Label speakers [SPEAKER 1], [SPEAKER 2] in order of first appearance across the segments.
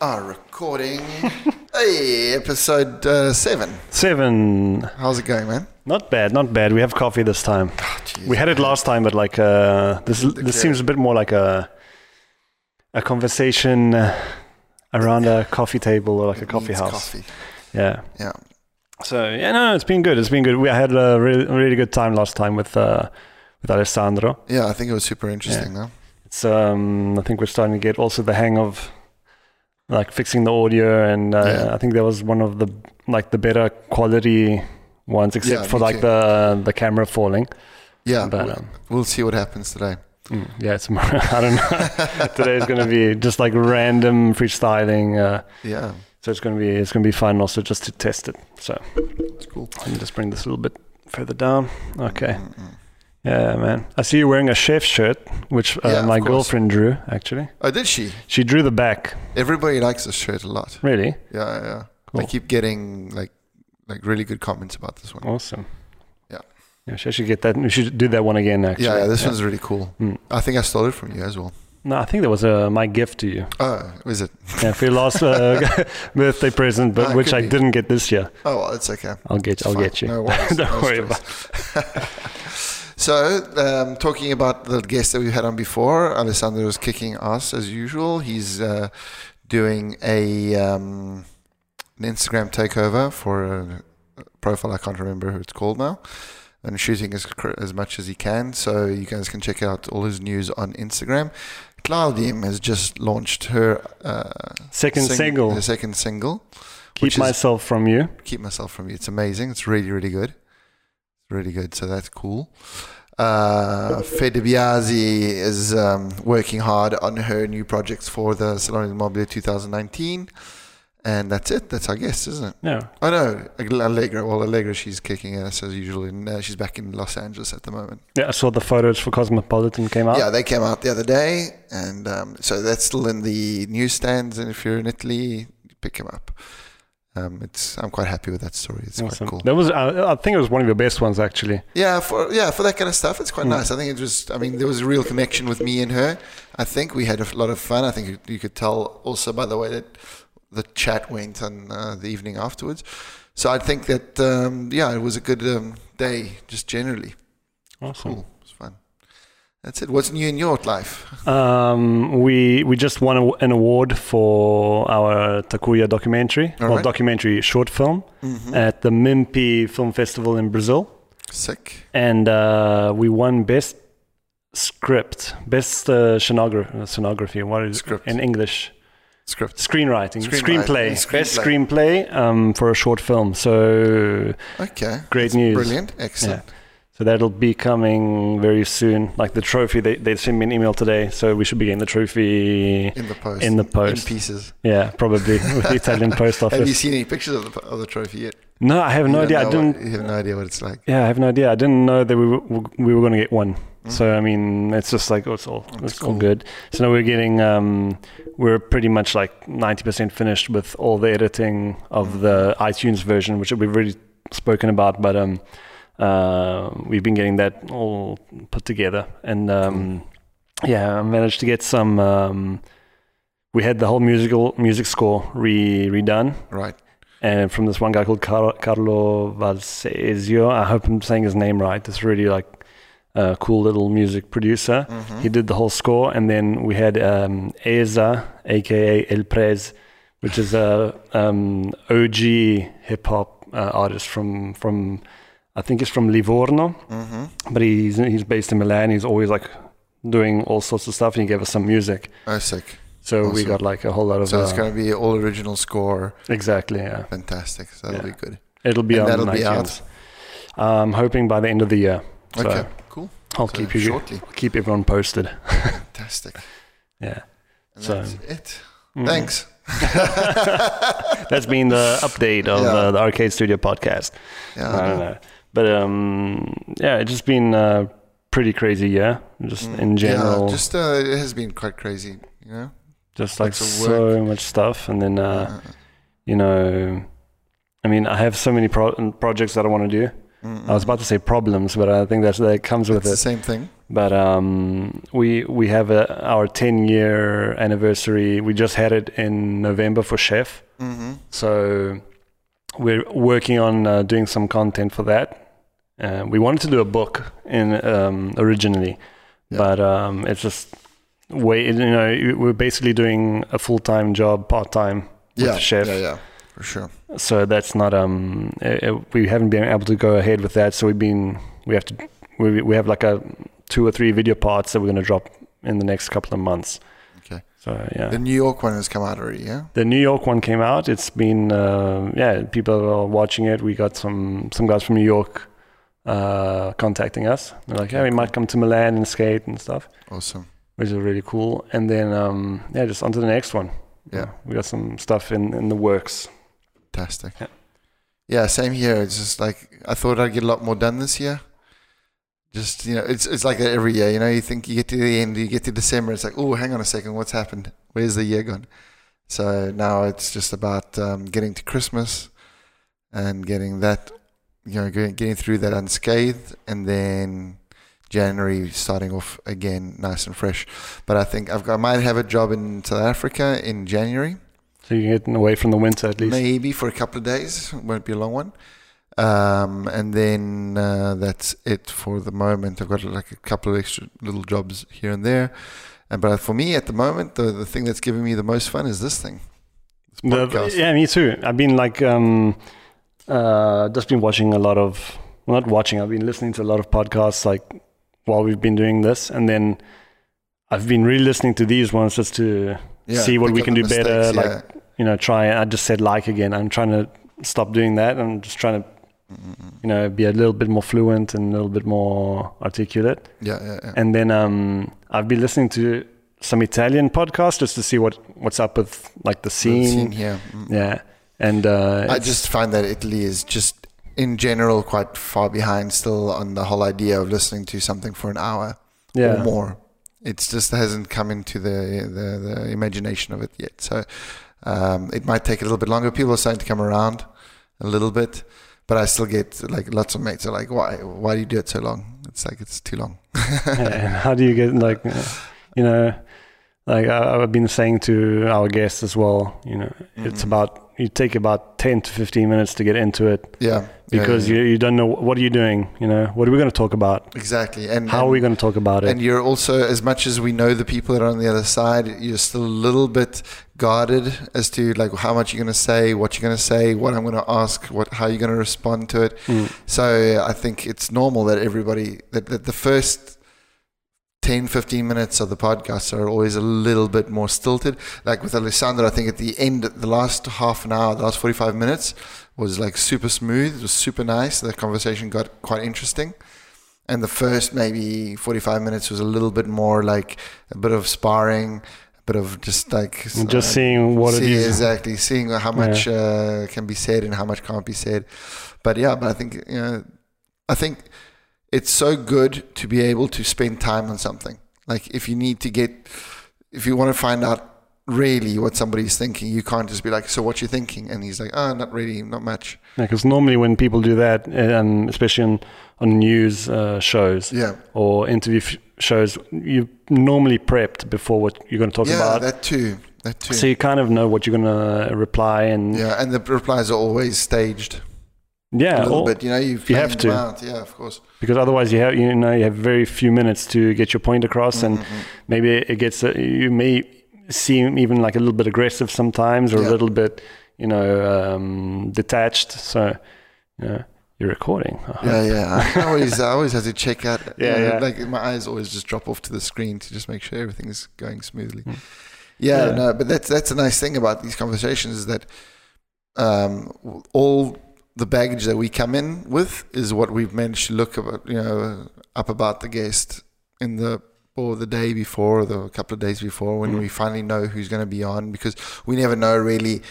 [SPEAKER 1] are recording. hey, episode uh, seven.
[SPEAKER 2] Seven.
[SPEAKER 1] How's it going, man?
[SPEAKER 2] Not bad, not bad. We have coffee this time.
[SPEAKER 1] jeez,
[SPEAKER 2] we had it last time, but like uh, this, this seems a bit more like a a conversation uh, around a coffee table or like a coffee
[SPEAKER 1] Needs
[SPEAKER 2] house.
[SPEAKER 1] Coffee.
[SPEAKER 2] Yeah.
[SPEAKER 1] Yeah.
[SPEAKER 2] So yeah, no, no, it's been good. It's been good. We had a really, really good time last time with uh, with Alessandro.
[SPEAKER 1] Yeah, I think it was super interesting, though.
[SPEAKER 2] It's um, I think we're starting to get also the hang of like fixing the audio, and uh,
[SPEAKER 1] Yeah.
[SPEAKER 2] I think that was one of the like the better quality ones, except
[SPEAKER 1] Yeah,
[SPEAKER 2] for
[SPEAKER 1] me
[SPEAKER 2] like
[SPEAKER 1] too.
[SPEAKER 2] the the camera falling.
[SPEAKER 1] Yeah,
[SPEAKER 2] But,
[SPEAKER 1] we-
[SPEAKER 2] um,
[SPEAKER 1] we'll see what happens today.
[SPEAKER 2] Mm, yeah, it's more, I don't know. Today's going to be just like random freestyling, uh,
[SPEAKER 1] Yeah,
[SPEAKER 2] so it's going to be it's going to be fun also just to test it. So
[SPEAKER 1] it's cool.
[SPEAKER 2] let me just bring this a little bit further down. Okay,
[SPEAKER 1] Mm-mm.
[SPEAKER 2] yeah, man. I see you're wearing a chef shirt, which uh,
[SPEAKER 1] Yeah, of
[SPEAKER 2] my
[SPEAKER 1] course.
[SPEAKER 2] girlfriend drew actually.
[SPEAKER 1] Oh, did she?
[SPEAKER 2] She drew the back.
[SPEAKER 1] Everybody likes this shirt a lot.
[SPEAKER 2] Really
[SPEAKER 1] Yeah, yeah, yeah. I
[SPEAKER 2] Cool.
[SPEAKER 1] keep getting like like really good comments about this one.
[SPEAKER 2] awesome.
[SPEAKER 1] Yeah.
[SPEAKER 2] yeah. She should get that. We should do that one again. Actually,
[SPEAKER 1] yeah, yeah, this one's really cool.
[SPEAKER 2] Mm.
[SPEAKER 1] I think I stole it from you as well.
[SPEAKER 2] No, I think that was uh, my gift to you.
[SPEAKER 1] Oh, is it?
[SPEAKER 2] Yeah, for your last uh, birthday present, but
[SPEAKER 1] Ah, it
[SPEAKER 2] which
[SPEAKER 1] could be.
[SPEAKER 2] I didn't get this year.
[SPEAKER 1] Oh, well, it's okay.
[SPEAKER 2] I'll get.
[SPEAKER 1] It's
[SPEAKER 2] I'll
[SPEAKER 1] fine.
[SPEAKER 2] get you.
[SPEAKER 1] No worries.
[SPEAKER 2] Don't
[SPEAKER 1] No
[SPEAKER 2] worry
[SPEAKER 1] stress. So, um, talking about the guest that we had on before, Alessandro is kicking ass as usual. He's uh, doing a um, an Instagram takeover for a profile I can't remember who it's called now, and shooting as cr- as much as he can. So you guys can check out all his news on Instagram. Claudium has just launched her uh,
[SPEAKER 2] Second
[SPEAKER 1] sing-
[SPEAKER 2] single.
[SPEAKER 1] her second single. which
[SPEAKER 2] Keep
[SPEAKER 1] is-
[SPEAKER 2] myself from you.
[SPEAKER 1] keep myself from you. It's amazing. It's really, really good. Really good. So that's cool. Uh, Fede Biasi is um, working hard on her new projects for the Salone del Mobile 2019. And that's it. That's our guest, isn't it?
[SPEAKER 2] No.
[SPEAKER 1] Oh, no. Allegra. Well, Allegra, she's kicking ass as usual. And uh, she's back in Los Angeles at the moment.
[SPEAKER 2] Yeah, I saw the photos for Cosmopolitan came out.
[SPEAKER 1] Yeah, they came out the other day, and um, so that's still in the newsstands. And if you're in Italy, pick them up. Um, it's I'm quite happy with that story. It's
[SPEAKER 2] Awesome.
[SPEAKER 1] quite cool.
[SPEAKER 2] That was, uh, I, I think it was one of your best ones actually.
[SPEAKER 1] Yeah, for yeah for that kind of stuff, it's quite
[SPEAKER 2] Mm.
[SPEAKER 1] nice. I think it was. I mean, there was a real connection with me and her. I think we had a lot of fun. I think you, you could tell also by the way that the chat went on uh, the evening afterwards. So I think that um, yeah, it was a good um, day just generally.
[SPEAKER 2] Awesome.
[SPEAKER 1] Cool, it was fun. That's it. What's new in your life?
[SPEAKER 2] Um, we we just won a, an award for our Takuya documentary,
[SPEAKER 1] All
[SPEAKER 2] well,
[SPEAKER 1] right.
[SPEAKER 2] documentary short film
[SPEAKER 1] Mm-hmm.
[SPEAKER 2] at the Mimpi Film Festival in Brazil,
[SPEAKER 1] Sick.
[SPEAKER 2] and uh, we won best script, best uh, scenogra- uh, scenography. What is
[SPEAKER 1] Script.
[SPEAKER 2] in English?
[SPEAKER 1] Script.
[SPEAKER 2] Screenwriting,
[SPEAKER 1] Screenwriting.
[SPEAKER 2] screenplay,
[SPEAKER 1] Screenplay.
[SPEAKER 2] best screenplay um, for a short film. So
[SPEAKER 1] Okay.
[SPEAKER 2] Great
[SPEAKER 1] That's
[SPEAKER 2] news.
[SPEAKER 1] Brilliant. Excellent.
[SPEAKER 2] So that'll be coming very soon. Like the trophy, they, they sent me an email today, so we should be getting the trophy.
[SPEAKER 1] In the post.
[SPEAKER 2] In the
[SPEAKER 1] In
[SPEAKER 2] post.
[SPEAKER 1] pieces.
[SPEAKER 2] Yeah, probably with the Italian post
[SPEAKER 1] Have you
[SPEAKER 2] office.
[SPEAKER 1] seen any pictures of the, of the trophy yet?
[SPEAKER 2] No, I have
[SPEAKER 1] You
[SPEAKER 2] no
[SPEAKER 1] don't
[SPEAKER 2] idea. I
[SPEAKER 1] know what-
[SPEAKER 2] didn't.
[SPEAKER 1] You have no idea what it's like.
[SPEAKER 2] Yeah, I have no idea. I didn't know that we were, we were going to get one. So I mean, it's just like oh, it's all it's all
[SPEAKER 1] cool.
[SPEAKER 2] good. So now we're getting um, we're pretty much like ninety percent finished with all the editing of the iTunes version, which we've already spoken about. But um, uh, we've been getting that all put together, and um, yeah, I managed to get some. Um, we had the whole musical music score re redone,
[SPEAKER 1] Right.
[SPEAKER 2] and from this one guy called Car- Carlo Valsezio. I hope I'm saying his name right. This really like uh, cool little music producer.
[SPEAKER 1] Mm-hmm.
[SPEAKER 2] He did the whole score, and then we had um, Eza, aka El Prez, which is a um, OG hip hop uh, artist from from I think he's from Livorno,
[SPEAKER 1] Mm-hmm.
[SPEAKER 2] but he's he's based in Milan. He's always like doing all sorts of stuff, and he gave us some music.
[SPEAKER 1] Oh, sick.
[SPEAKER 2] So we
[SPEAKER 1] Awesome.
[SPEAKER 2] got like a whole lot of
[SPEAKER 1] So it's
[SPEAKER 2] uh,
[SPEAKER 1] going to be all original score.
[SPEAKER 2] exactly yeah.
[SPEAKER 1] Fantastic. So that'll
[SPEAKER 2] Yeah.
[SPEAKER 1] be good.
[SPEAKER 2] It'll be
[SPEAKER 1] And that'll
[SPEAKER 2] on iTunes.
[SPEAKER 1] be
[SPEAKER 2] I'm hoping by the end of the year. So
[SPEAKER 1] Okay. Cool.
[SPEAKER 2] I'll
[SPEAKER 1] So
[SPEAKER 2] keep you
[SPEAKER 1] shortly.
[SPEAKER 2] keep everyone posted.
[SPEAKER 1] Fantastic.
[SPEAKER 2] Yeah.
[SPEAKER 1] And
[SPEAKER 2] So-
[SPEAKER 1] that's it.
[SPEAKER 2] Mm.
[SPEAKER 1] Thanks.
[SPEAKER 2] That's been the update of
[SPEAKER 1] Yeah. Uh-huh.
[SPEAKER 2] uh, the Arcade Studio podcast.
[SPEAKER 1] Yeah.
[SPEAKER 2] I don't know. But um, yeah, it's just been a pretty crazy year, just in general.
[SPEAKER 1] Mm. Yeah,
[SPEAKER 2] just,
[SPEAKER 1] just uh, it has been quite crazy. You know.
[SPEAKER 2] like
[SPEAKER 1] lots of
[SPEAKER 2] so much stuff. And then, uh,
[SPEAKER 1] Uh,
[SPEAKER 2] you know, I mean, I have so many pro- projects that I want to do.
[SPEAKER 1] mm, mm.
[SPEAKER 2] I was about to say problems, but I think that's, that comes with
[SPEAKER 1] It's the
[SPEAKER 2] it.
[SPEAKER 1] same thing.
[SPEAKER 2] But um, we we have a, our 10 year anniversary. We just had it in November for Chef.
[SPEAKER 1] hmm
[SPEAKER 2] So we're working on uh, doing some content for that. Uh, we wanted to do a book in um, originally,
[SPEAKER 1] Yeah.
[SPEAKER 2] but um, it's just way you know we're basically doing a full time job part time with
[SPEAKER 1] Yeah,
[SPEAKER 2] the chef.
[SPEAKER 1] yeah, yeah, for sure.
[SPEAKER 2] So that's not um eh, eh, we haven't been able to go ahead with that. So we've been we have to we we have like a two or three video parts that we're going to drop in the next couple of months.
[SPEAKER 1] Okay.
[SPEAKER 2] So yeah.
[SPEAKER 1] The New York one has come out already, yeah.
[SPEAKER 2] The New York one came out. It's been uh, yeah, people are watching it. We got some some guys from New York uh, contacting us. They're like, yeah, we might come to Milan and skate and stuff,
[SPEAKER 1] Awesome.
[SPEAKER 2] which is really cool. And then um, yeah, just on to the next one.
[SPEAKER 1] Yeah.
[SPEAKER 2] we got some stuff in in the works.
[SPEAKER 1] Fantastic.
[SPEAKER 2] Yeah.
[SPEAKER 1] Yeah, same here. It's just like I thought I'd get a lot more done this year. Just you know, it's it's like that every year. You know, you think you get to the end, you get to December, it's like, oh, hang on a second, what's happened? Where's the year gone? So now it's just about um, getting to Christmas and getting that, you know, getting getting through that unscathed, and then January starting off again, nice and fresh. But I think I've got, I might have a job in South Africa in January.
[SPEAKER 2] So you're getting away from the winter at least.
[SPEAKER 1] Maybe for a couple of days. Won't be a long one. Um, and then uh, that's it for the moment. I've got like a couple of extra little jobs here and there. And but for me at the moment, the, the thing that's giving me the most fun is this thing. This
[SPEAKER 2] The-
[SPEAKER 1] podcast.
[SPEAKER 2] yeah, me too. I've been like, um, uh, just been watching a lot of, well, not watching. I've been listening to a lot of podcasts like while we've been doing this, and then I've been re-listening to these ones just to,
[SPEAKER 1] Yeah,
[SPEAKER 2] see what
[SPEAKER 1] pick
[SPEAKER 2] we
[SPEAKER 1] up
[SPEAKER 2] can
[SPEAKER 1] the
[SPEAKER 2] do better, like-
[SPEAKER 1] yeah.
[SPEAKER 2] you know, try. I just said like again. I'm trying to stop doing that. I'm just trying to,
[SPEAKER 1] Mm-mm-mm.
[SPEAKER 2] you know, be a little bit more fluent and a little bit more articulate.
[SPEAKER 1] yeah, yeah, yeah.
[SPEAKER 2] And then um, I've been listening to some Italian podcasts just to see what what's up with like the scene.
[SPEAKER 1] The scene here. Mm.
[SPEAKER 2] Yeah. And uh,
[SPEAKER 1] I
[SPEAKER 2] it's-
[SPEAKER 1] just find that Italy is just in general quite far behind still on the whole idea of listening to something for an hour. or more. It's just hasn't come into the, the the imagination of it yet. So um, it might take a little bit longer. People are starting to come around a little bit, but I still get like lots of mates are like, "Why? Why do you do it so long?" It's like it's too long.
[SPEAKER 2] and how do you get like uh, you know like I, i've been saying to our guests as well you know it's
[SPEAKER 1] Mhm.
[SPEAKER 2] about you take about 10 to 15 minutes to get into it
[SPEAKER 1] Yeah,
[SPEAKER 2] because
[SPEAKER 1] yeah,
[SPEAKER 2] You, you don't know what are you doing you know what are we going to talk about
[SPEAKER 1] exactly. And
[SPEAKER 2] how are we going to talk about it
[SPEAKER 1] And you're also, as much as we know the people that are on the other side, you're still a little bit guarded as to like how much you're going to say, what you're going to say, what I'm going to ask, what how you're going to respond to it.
[SPEAKER 2] Mm.
[SPEAKER 1] So uh, I think it's normal that everybody that, that the first 10, 15 minutes of the podcast are always a little bit more stilted. Like with Alessandro, I think at the end, the last half an hour, the last 45 minutes was like super smooth. It was super nice. The conversation got quite interesting. And the first maybe 45 minutes was a little bit more like a bit of sparring, a bit of just like uh,
[SPEAKER 2] And just seeing what it
[SPEAKER 1] See,
[SPEAKER 2] is
[SPEAKER 1] exactly seeing how much uh, can be said and how much can't be said but yeah but i think you know, i think it's so good to be able to spend time on something like if you need to get if you want to find out really what somebody's thinking you can't just be like so what you thinking and he's like oh not really not much
[SPEAKER 2] because normally when people do that um, especially on, on news uh, shows
[SPEAKER 1] yeah
[SPEAKER 2] or interview f- shows you normally prepped before what you're going to talk
[SPEAKER 1] yeah
[SPEAKER 2] about
[SPEAKER 1] that too that too
[SPEAKER 2] so you kind of know what you're going to reply and
[SPEAKER 1] yeah and the replies are always staged a
[SPEAKER 2] Yeah,
[SPEAKER 1] little
[SPEAKER 2] or-
[SPEAKER 1] bit you know you,
[SPEAKER 2] you
[SPEAKER 1] plan
[SPEAKER 2] have to.
[SPEAKER 1] them out. yeah of course
[SPEAKER 2] because otherwise you have you know you have very few minutes to get your point across, and
[SPEAKER 1] Mhm.
[SPEAKER 2] maybe it gets uh, you may seem even like a little bit aggressive sometimes, or
[SPEAKER 1] Yeah.
[SPEAKER 2] a little bit you know um, detached. So you know, you're recording. Oh, I hope.
[SPEAKER 1] Yeah, yeah. I always, I always have to check out.
[SPEAKER 2] Yeah,
[SPEAKER 1] you know,
[SPEAKER 2] yeah.
[SPEAKER 1] Like my eyes always just drop off to the screen to just make sure everything's going smoothly. Yeah,
[SPEAKER 2] Hmm. Yeah.
[SPEAKER 1] no, but that's that's a nice thing about these conversations is that um, w- all the baggage that we come in with is what we've managed to look about, you know, up about the guest in the or the day before, or the couple of days before, when
[SPEAKER 2] Mm.
[SPEAKER 1] we finally know who's going to be on, because we never know really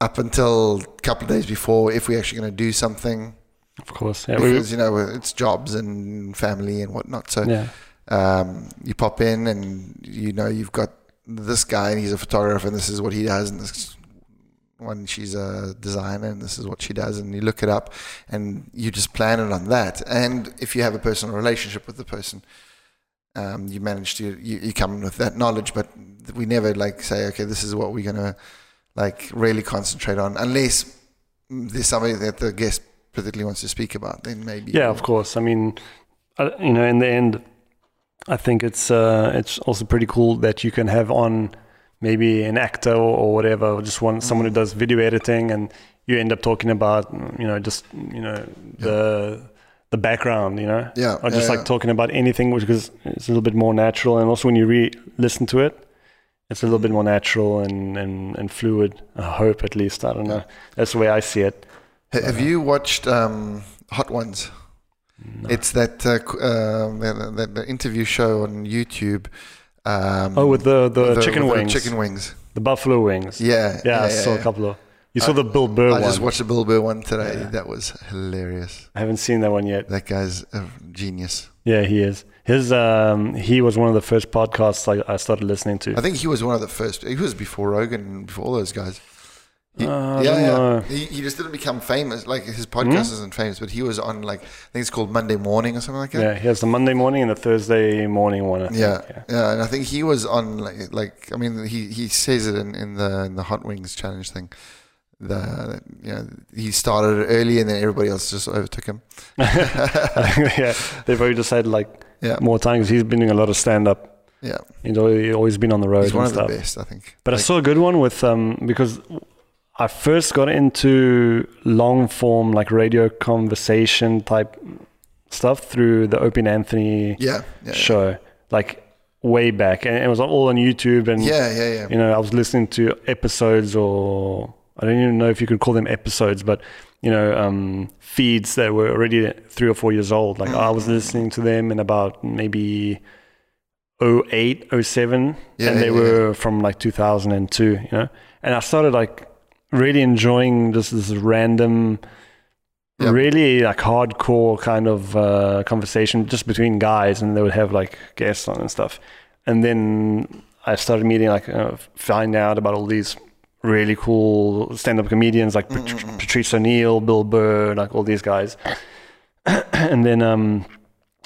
[SPEAKER 1] up until a couple of days before if we're actually going to do something
[SPEAKER 2] of course. Yeah, we-
[SPEAKER 1] because uh, you know it's jobs and family and whatnot. So
[SPEAKER 2] yeah,
[SPEAKER 1] um, you pop in and you know you've got this guy and he's a photographer and this is what he does and this one she's a designer and this is what she does and you look it up and you just plan it on that. And if you have a personal relationship with the person, um, you manage to you, you come with that knowledge, but we never like say, okay, this is what we're gonna like really concentrate on, unless there's somebody that the guest particularly wants to speak about. Then maybe
[SPEAKER 2] Yeah, of course. I mean, I, you know, in the end, I think it's uh, it's also pretty cool that you can have on maybe an actor or, or whatever, or just one someone who
[SPEAKER 1] Mm.
[SPEAKER 2] does video editing, and you end up talking about you know just you know the the background, you know,
[SPEAKER 1] Yeah,
[SPEAKER 2] or just
[SPEAKER 1] yeah,
[SPEAKER 2] like
[SPEAKER 1] yeah.
[SPEAKER 2] talking about anything, which is it's a little bit more natural, and also when you re listen to it. It's a little
[SPEAKER 1] Mm.
[SPEAKER 2] bit more natural and, and, and fluid. I hope, at least. I don't know. That's the way I see it.
[SPEAKER 1] Ha- Have you watched um, Hot Ones? It's that uh, qu- um, the, the, the interview show on YouTube. Um,
[SPEAKER 2] Oh, with the, the, chicken
[SPEAKER 1] with the
[SPEAKER 2] wings.
[SPEAKER 1] chicken wings.
[SPEAKER 2] The buffalo wings.
[SPEAKER 1] Yeah,
[SPEAKER 2] Yeah, I saw a couple of. You saw the Bill Burr
[SPEAKER 1] I
[SPEAKER 2] one.
[SPEAKER 1] just watched the Bill Burr one today.
[SPEAKER 2] Yeah.
[SPEAKER 1] That was hilarious.
[SPEAKER 2] I haven't seen that one yet.
[SPEAKER 1] That guy's a genius.
[SPEAKER 2] Yeah, he is. His um, he was one of the first podcasts I, I started listening to.
[SPEAKER 1] I think he was one of the first. He was before Rogan and before all those guys. He,
[SPEAKER 2] Uh, I don't know. Hmm?
[SPEAKER 1] He, he just didn't become famous. Like his podcast isn't famous, but he was on like I think it's called Monday Morning or something like that.
[SPEAKER 2] Yeah, he has the Monday morning and the Thursday morning one. I think.
[SPEAKER 1] Yeah, yeah, and I think he was on like, like I mean, he, he says it in, in the in the hot wings challenge thing. The you know, he started it early, and then everybody else just overtook him.
[SPEAKER 2] I think, yeah. They've already decided like
[SPEAKER 1] Yeah,
[SPEAKER 2] more time because he's been doing a lot of stand up.
[SPEAKER 1] yeah,
[SPEAKER 2] He's always, always been on the road
[SPEAKER 1] he's one
[SPEAKER 2] and
[SPEAKER 1] of
[SPEAKER 2] stuff.
[SPEAKER 1] the best, I think.
[SPEAKER 2] But I
[SPEAKER 1] Like,
[SPEAKER 2] saw a good one with um because I first got into long form like radio conversation type stuff through the Open Anthony
[SPEAKER 1] yeah, yeah,
[SPEAKER 2] show, like way back, and it was all on YouTube. And
[SPEAKER 1] yeah, yeah, yeah,
[SPEAKER 2] you know, I was listening to episodes, or I don't even know if you could call them episodes, but you know, um, feeds that were already three or four years old. Like I
[SPEAKER 1] Mm-hmm.
[SPEAKER 2] was listening to them in about maybe 08, 07,
[SPEAKER 1] Yeah,
[SPEAKER 2] and they
[SPEAKER 1] yeah,
[SPEAKER 2] were from like 2002, you know. And I started like really enjoying this this random
[SPEAKER 1] Yeah.
[SPEAKER 2] really like hardcore kind of uh, conversation just between guys, and they would have like guests on and stuff. And then I started meeting like uh, find out about all these really cool stand-up comedians like Pat- Patrice O'Neill, Bill Burr, like all these guys. and then um,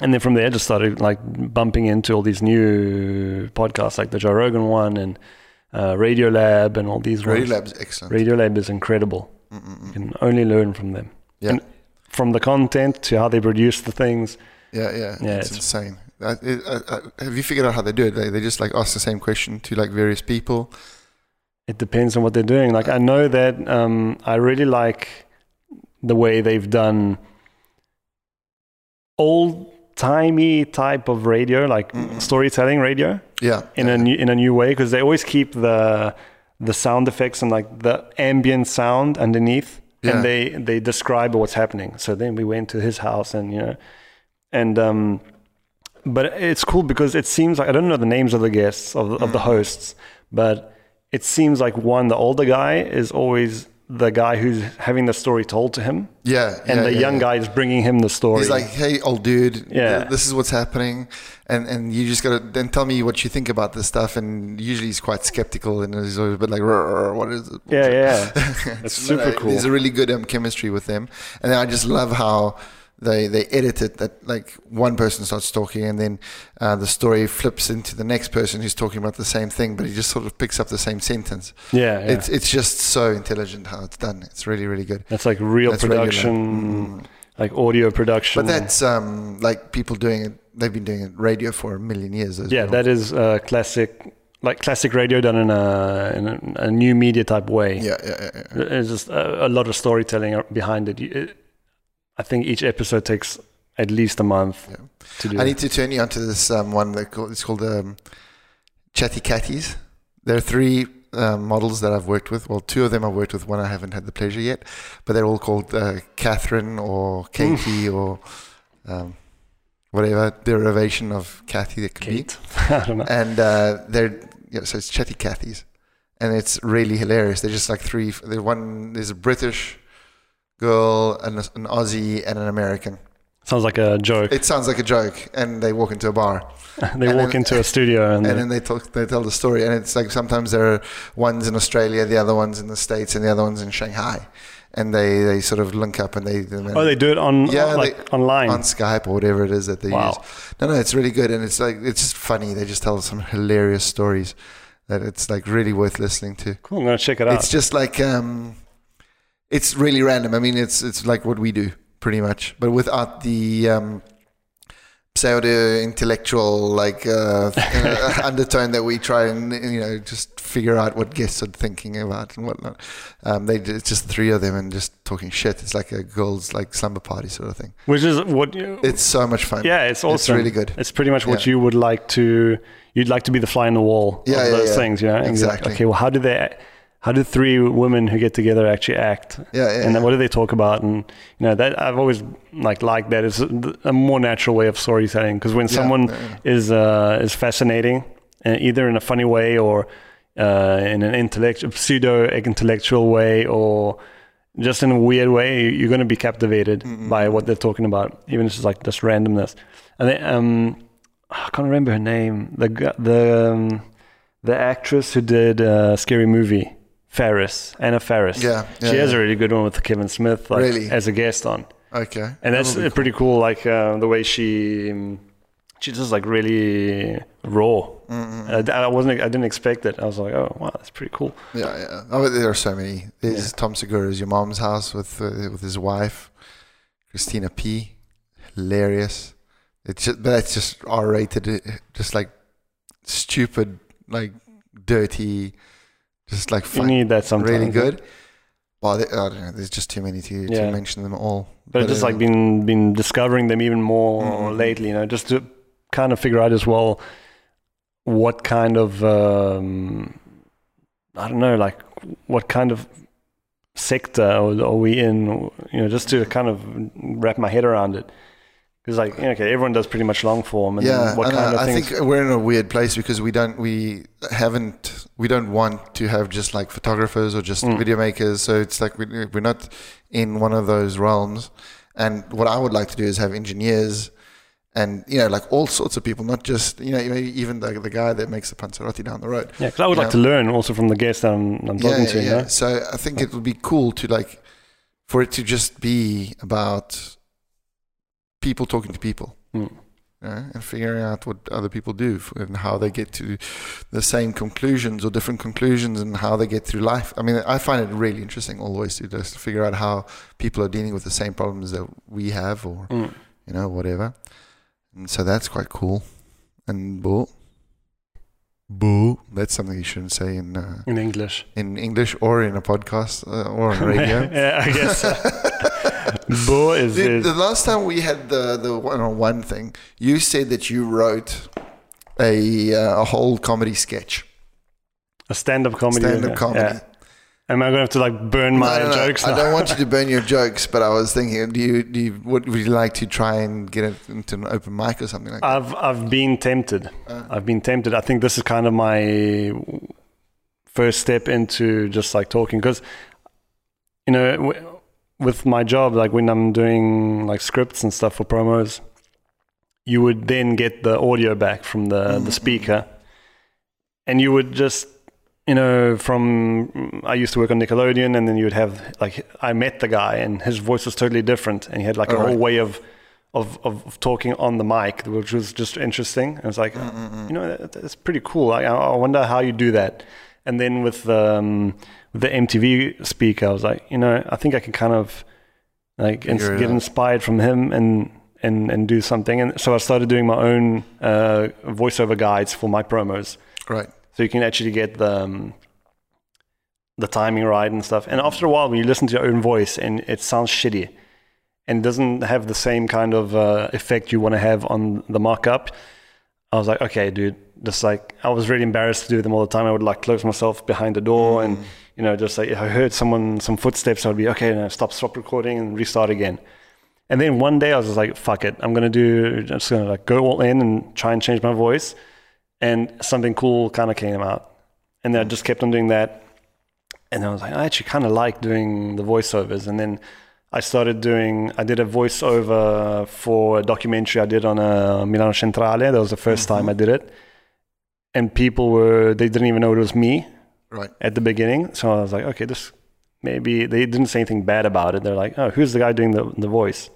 [SPEAKER 2] and then from there, I just started like bumping into all these new podcasts, like the Joe Rogan one and uh, Radio Lab and all these
[SPEAKER 1] Radio
[SPEAKER 2] ones.
[SPEAKER 1] Lab's excellent.
[SPEAKER 2] Radio Lab is incredible. You can only learn from them.
[SPEAKER 1] Yeah.
[SPEAKER 2] And from the content to how they produce the things.
[SPEAKER 1] Yeah, yeah,
[SPEAKER 2] Yeah,
[SPEAKER 1] it's,
[SPEAKER 2] it's-
[SPEAKER 1] insane. I, it- I, I, have you figured out how they do it? They, they just like ask the same question to like various people.
[SPEAKER 2] It depends on what they're doing. Like I know that um, I really like the way they've done old timey type of radio, like storytelling radio.
[SPEAKER 1] Yeah,
[SPEAKER 2] in
[SPEAKER 1] yeah.
[SPEAKER 2] a new in a new way because they always keep the the sound effects and like the ambient sound underneath
[SPEAKER 1] Yeah.
[SPEAKER 2] and they they describe what's happening so then we went to his house and you know and um but it's cool because it seems like i don't know the names of the guests of, of the
[SPEAKER 1] Mm.
[SPEAKER 2] hosts but it seems like one the older guy is always the guy who's having the story told to him
[SPEAKER 1] yeah,
[SPEAKER 2] and
[SPEAKER 1] yeah,
[SPEAKER 2] the
[SPEAKER 1] yeah,
[SPEAKER 2] young
[SPEAKER 1] yeah.
[SPEAKER 2] guy is bringing him the story
[SPEAKER 1] He's like, hey, old dude,
[SPEAKER 2] Yeah.
[SPEAKER 1] th- this is what's happening, and and you just gotta then tell me what you think about this stuff. And usually he's quite skeptical, and he's always a bit like, "Rrr, rrr, what is? It?
[SPEAKER 2] yeah yeah
[SPEAKER 1] It's
[SPEAKER 2] super cool.
[SPEAKER 1] There's a really good um, chemistry with them, and I just love how. They, they edit it that like one person starts talking and then uh, the story flips into the next person who's talking about the same thing but he just sort of picks up the same sentence.
[SPEAKER 2] yeah, yeah.
[SPEAKER 1] It's it's just so intelligent how it's done. It's really really good.
[SPEAKER 2] that's like real
[SPEAKER 1] That's regular. Mm.
[SPEAKER 2] production like audio production
[SPEAKER 1] But that's um, like people doing it. They've been doing it radio for a million years. those
[SPEAKER 2] yeah
[SPEAKER 1] people.
[SPEAKER 2] that is uh, classic like classic radio done in a in a, a new media type way
[SPEAKER 1] Yeah, yeah, yeah, yeah.
[SPEAKER 2] there's just a, a lot of storytelling ar- behind it. You- it i think each episode takes at least a month
[SPEAKER 1] Yeah.
[SPEAKER 2] to do
[SPEAKER 1] I need to turn you onto this um, one that call, it's called um, Chatty Catties. There are three um, models that I've worked with. Well, two of them I've worked with. One I haven't had the pleasure yet, but they're all called uh, Catherine or Katie
[SPEAKER 2] Mm.
[SPEAKER 1] or um, whatever derivation of Cathy that could be.
[SPEAKER 2] kate i don't know
[SPEAKER 1] and uh, they're yeah, so it's Chatty Cathy's, and it's really hilarious. They're just like three. There's one. There's a British girl, an, an Aussie, and an American.
[SPEAKER 2] sounds like a joke
[SPEAKER 1] It sounds like a joke, and they walk into a bar,
[SPEAKER 2] they
[SPEAKER 1] and
[SPEAKER 2] walk
[SPEAKER 1] then-
[SPEAKER 2] into a studio
[SPEAKER 1] and
[SPEAKER 2] and, they-
[SPEAKER 1] then they talk. They tell the story, and it's like sometimes there are ones in Australia, the other ones in the states, and the other ones in Shanghai, and they, they sort of link up and they. And then-
[SPEAKER 2] Oh, they do it on
[SPEAKER 1] Yeah,
[SPEAKER 2] like
[SPEAKER 1] they-
[SPEAKER 2] online.
[SPEAKER 1] on Skype or whatever it is that they
[SPEAKER 2] Wow.
[SPEAKER 1] use. No, no, it's really good, and it's like it's just funny. They just tell some hilarious stories that it's like really worth listening to.
[SPEAKER 2] cool. I'm gonna check it out.
[SPEAKER 1] It's just like um, it's really random. I mean, it's it's like what we do pretty much, but without the um, pseudo intellectual like uh, uh, undertone that we try and you know just figure out what guests are thinking about and whatnot. Um, they it's just three of them and just talking shit. It's like a girls like slumber party sort of thing.
[SPEAKER 2] which is what you,
[SPEAKER 1] It's so much fun.
[SPEAKER 2] yeah, it's awesome.
[SPEAKER 1] It's really good.
[SPEAKER 2] It's pretty much what
[SPEAKER 1] Yeah.
[SPEAKER 2] you would like to. You'd like to be the fly in the wall
[SPEAKER 1] Yeah,
[SPEAKER 2] of
[SPEAKER 1] yeah,
[SPEAKER 2] those
[SPEAKER 1] yeah.
[SPEAKER 2] things, you know? And be like,
[SPEAKER 1] Exactly.
[SPEAKER 2] okay, well, how do they? How do three women who get together actually act?
[SPEAKER 1] Yeah, yeah,
[SPEAKER 2] And
[SPEAKER 1] yeah.
[SPEAKER 2] then what do they talk about? And you know that I've always like liked that. It's a a more natural way of storytelling because when someone
[SPEAKER 1] yeah,
[SPEAKER 2] is uh, is fascinating, uh, either in a funny way or uh, in an intellectual pseudo intellectual way or just in a weird way, you're going to be captivated by what they're talking about, even if it's like just randomness. And then, um, I can't remember her name. The gu- the um, the actress who did uh, Scary Movie, Ferris, Anna Ferris.
[SPEAKER 1] Yeah, yeah,
[SPEAKER 2] she has
[SPEAKER 1] yeah.
[SPEAKER 2] a really good one with Kevin Smith, like,
[SPEAKER 1] Really?
[SPEAKER 2] as a guest on,
[SPEAKER 1] Okay.
[SPEAKER 2] and that's
[SPEAKER 1] That'll be
[SPEAKER 2] pretty cool. Like uh, the way she um, she's just like really raw. I, I wasn't. I didn't expect it. I was like, oh wow, that's pretty cool.
[SPEAKER 1] cool. Yeah, yeah. Oh, there are so many. There's Tom Segura's Your Mom's House with uh, with his wife, Christina P. Hilarious. It's just, but it's just R-rated. uh, Just like stupid, like dirty, just like
[SPEAKER 2] You
[SPEAKER 1] fun,
[SPEAKER 2] need that sometimes.
[SPEAKER 1] really good. Well, they, I don't know. There's just too many to,
[SPEAKER 2] Yeah.
[SPEAKER 1] to mention them all.
[SPEAKER 2] but I've just like
[SPEAKER 1] uh,
[SPEAKER 2] been been discovering them even more
[SPEAKER 1] Mhm.
[SPEAKER 2] lately. You know, just to kind of figure out as well what kind of um, I don't know, like what kind of sector are, are we in? You know, just to kind of wrap my head around it. Because like you know, okay, everyone does pretty much long form, and
[SPEAKER 1] yeah,
[SPEAKER 2] then what
[SPEAKER 1] and
[SPEAKER 2] kind
[SPEAKER 1] I,
[SPEAKER 2] of
[SPEAKER 1] I
[SPEAKER 2] things?
[SPEAKER 1] think we're in a weird place because we don't, we haven't, we don't want to have just like photographers or just
[SPEAKER 2] Mm.
[SPEAKER 1] video makers. So it's like we, we're not in one of those realms. And what I would like to do is have engineers and, you know, like all sorts of people, not just, you know, maybe even the, the guy that makes the Panzerotti down the road.
[SPEAKER 2] yeah, because I would
[SPEAKER 1] you
[SPEAKER 2] like to learn also from the guests that I'm, I'm talking to. you know?
[SPEAKER 1] So I think it would be cool to like, for it to just be about people talking to people.
[SPEAKER 2] Mm.
[SPEAKER 1] yeah, and figuring out what other people do f- and how they get to the same conclusions or different conclusions and how they get through life. I mean, I find it really interesting always to just figure out how people are dealing with the same problems that we have or,
[SPEAKER 2] Mm.
[SPEAKER 1] you know, whatever. And so that's quite cool. And boo. Boo. That's something you shouldn't say in uh,
[SPEAKER 2] In English,
[SPEAKER 1] in English or in a podcast uh, or on radio.
[SPEAKER 2] yeah, I guess. Bo is,
[SPEAKER 1] The,
[SPEAKER 2] is
[SPEAKER 1] the last time we had the the one-on-one thing, you said that you wrote a uh, a whole comedy sketch,
[SPEAKER 2] a stand-up comedy.
[SPEAKER 1] stand-up
[SPEAKER 2] yeah.
[SPEAKER 1] comedy.
[SPEAKER 2] Yeah. Am I going to have to like burn my
[SPEAKER 1] No, no, no,
[SPEAKER 2] jokes?
[SPEAKER 1] I
[SPEAKER 2] now?
[SPEAKER 1] don't want you to burn your jokes, but I was thinking, do you do you, would, would you like to try and get it into an open mic or something like that?
[SPEAKER 2] I've I've been tempted.
[SPEAKER 1] Uh.
[SPEAKER 2] I've been tempted. I think this is kind of my first step into just like talking because you know w- with my job, like when I'm doing like scripts and stuff for promos, you would then get the audio back from the the speaker, and you would just. You know, from I used to work on Nickelodeon, and then you would have like I met the guy, and his voice was totally different, and he had like a
[SPEAKER 1] All
[SPEAKER 2] whole
[SPEAKER 1] right.
[SPEAKER 2] way of of, of, of talking on the mic, which was just interesting. And it's like, you know, that, that's pretty cool. I, I wonder how you do that. And then with um, with the MTV speaker, I was like, you know, I think I can kind of like ins-
[SPEAKER 1] Figure it
[SPEAKER 2] get
[SPEAKER 1] out.
[SPEAKER 2] inspired from him and and and do something. And so I started doing my own uh, voiceover guides for my promos,
[SPEAKER 1] right.
[SPEAKER 2] so you can actually get the um, the timing right and stuff. And after a while, when you listen to your own voice and it sounds shitty and doesn't have the same kind of uh, effect you want to have on the markup, I was like, okay, dude, just like I was really embarrassed to do them all the time. I would like close myself behind the door and you know just like if I heard someone some footsteps, I'd be okay, no, stop, stop recording and restart again. And then one day I was just like, fuck it, I'm gonna do, I'm just gonna like go all in and try and change my voice. And something cool kind of came out. And then I just kept on doing that. And I was like, I actually kind of like doing the voiceovers. And then I started doing, I did a voiceover for a documentary I did on uh, Milano Centrale. That was the 1st time I did it. And people were, they didn't even know it was me
[SPEAKER 1] Right.
[SPEAKER 2] at the beginning. So I was like, okay, this maybe they didn't say anything bad about it. They're like, oh, who's the guy doing the, the voice?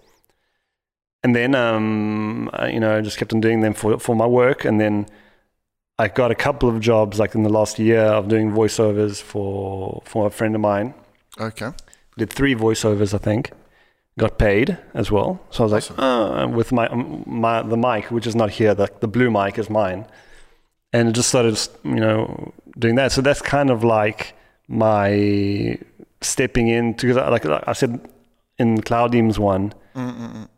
[SPEAKER 2] And then, um, I, you know, I just kept on doing them for, for my work. And then I got a couple of jobs like in the last year of doing voiceovers for, for a friend of mine.
[SPEAKER 1] Okay.
[SPEAKER 2] Did three voiceovers, I think. Got paid as well. So I was like, oh, with my, my, the mic, which is not here, the, the blue mic is mine. And just started, you know, doing that. So that's kind of like my stepping in because like, like I said in Cloudeam's one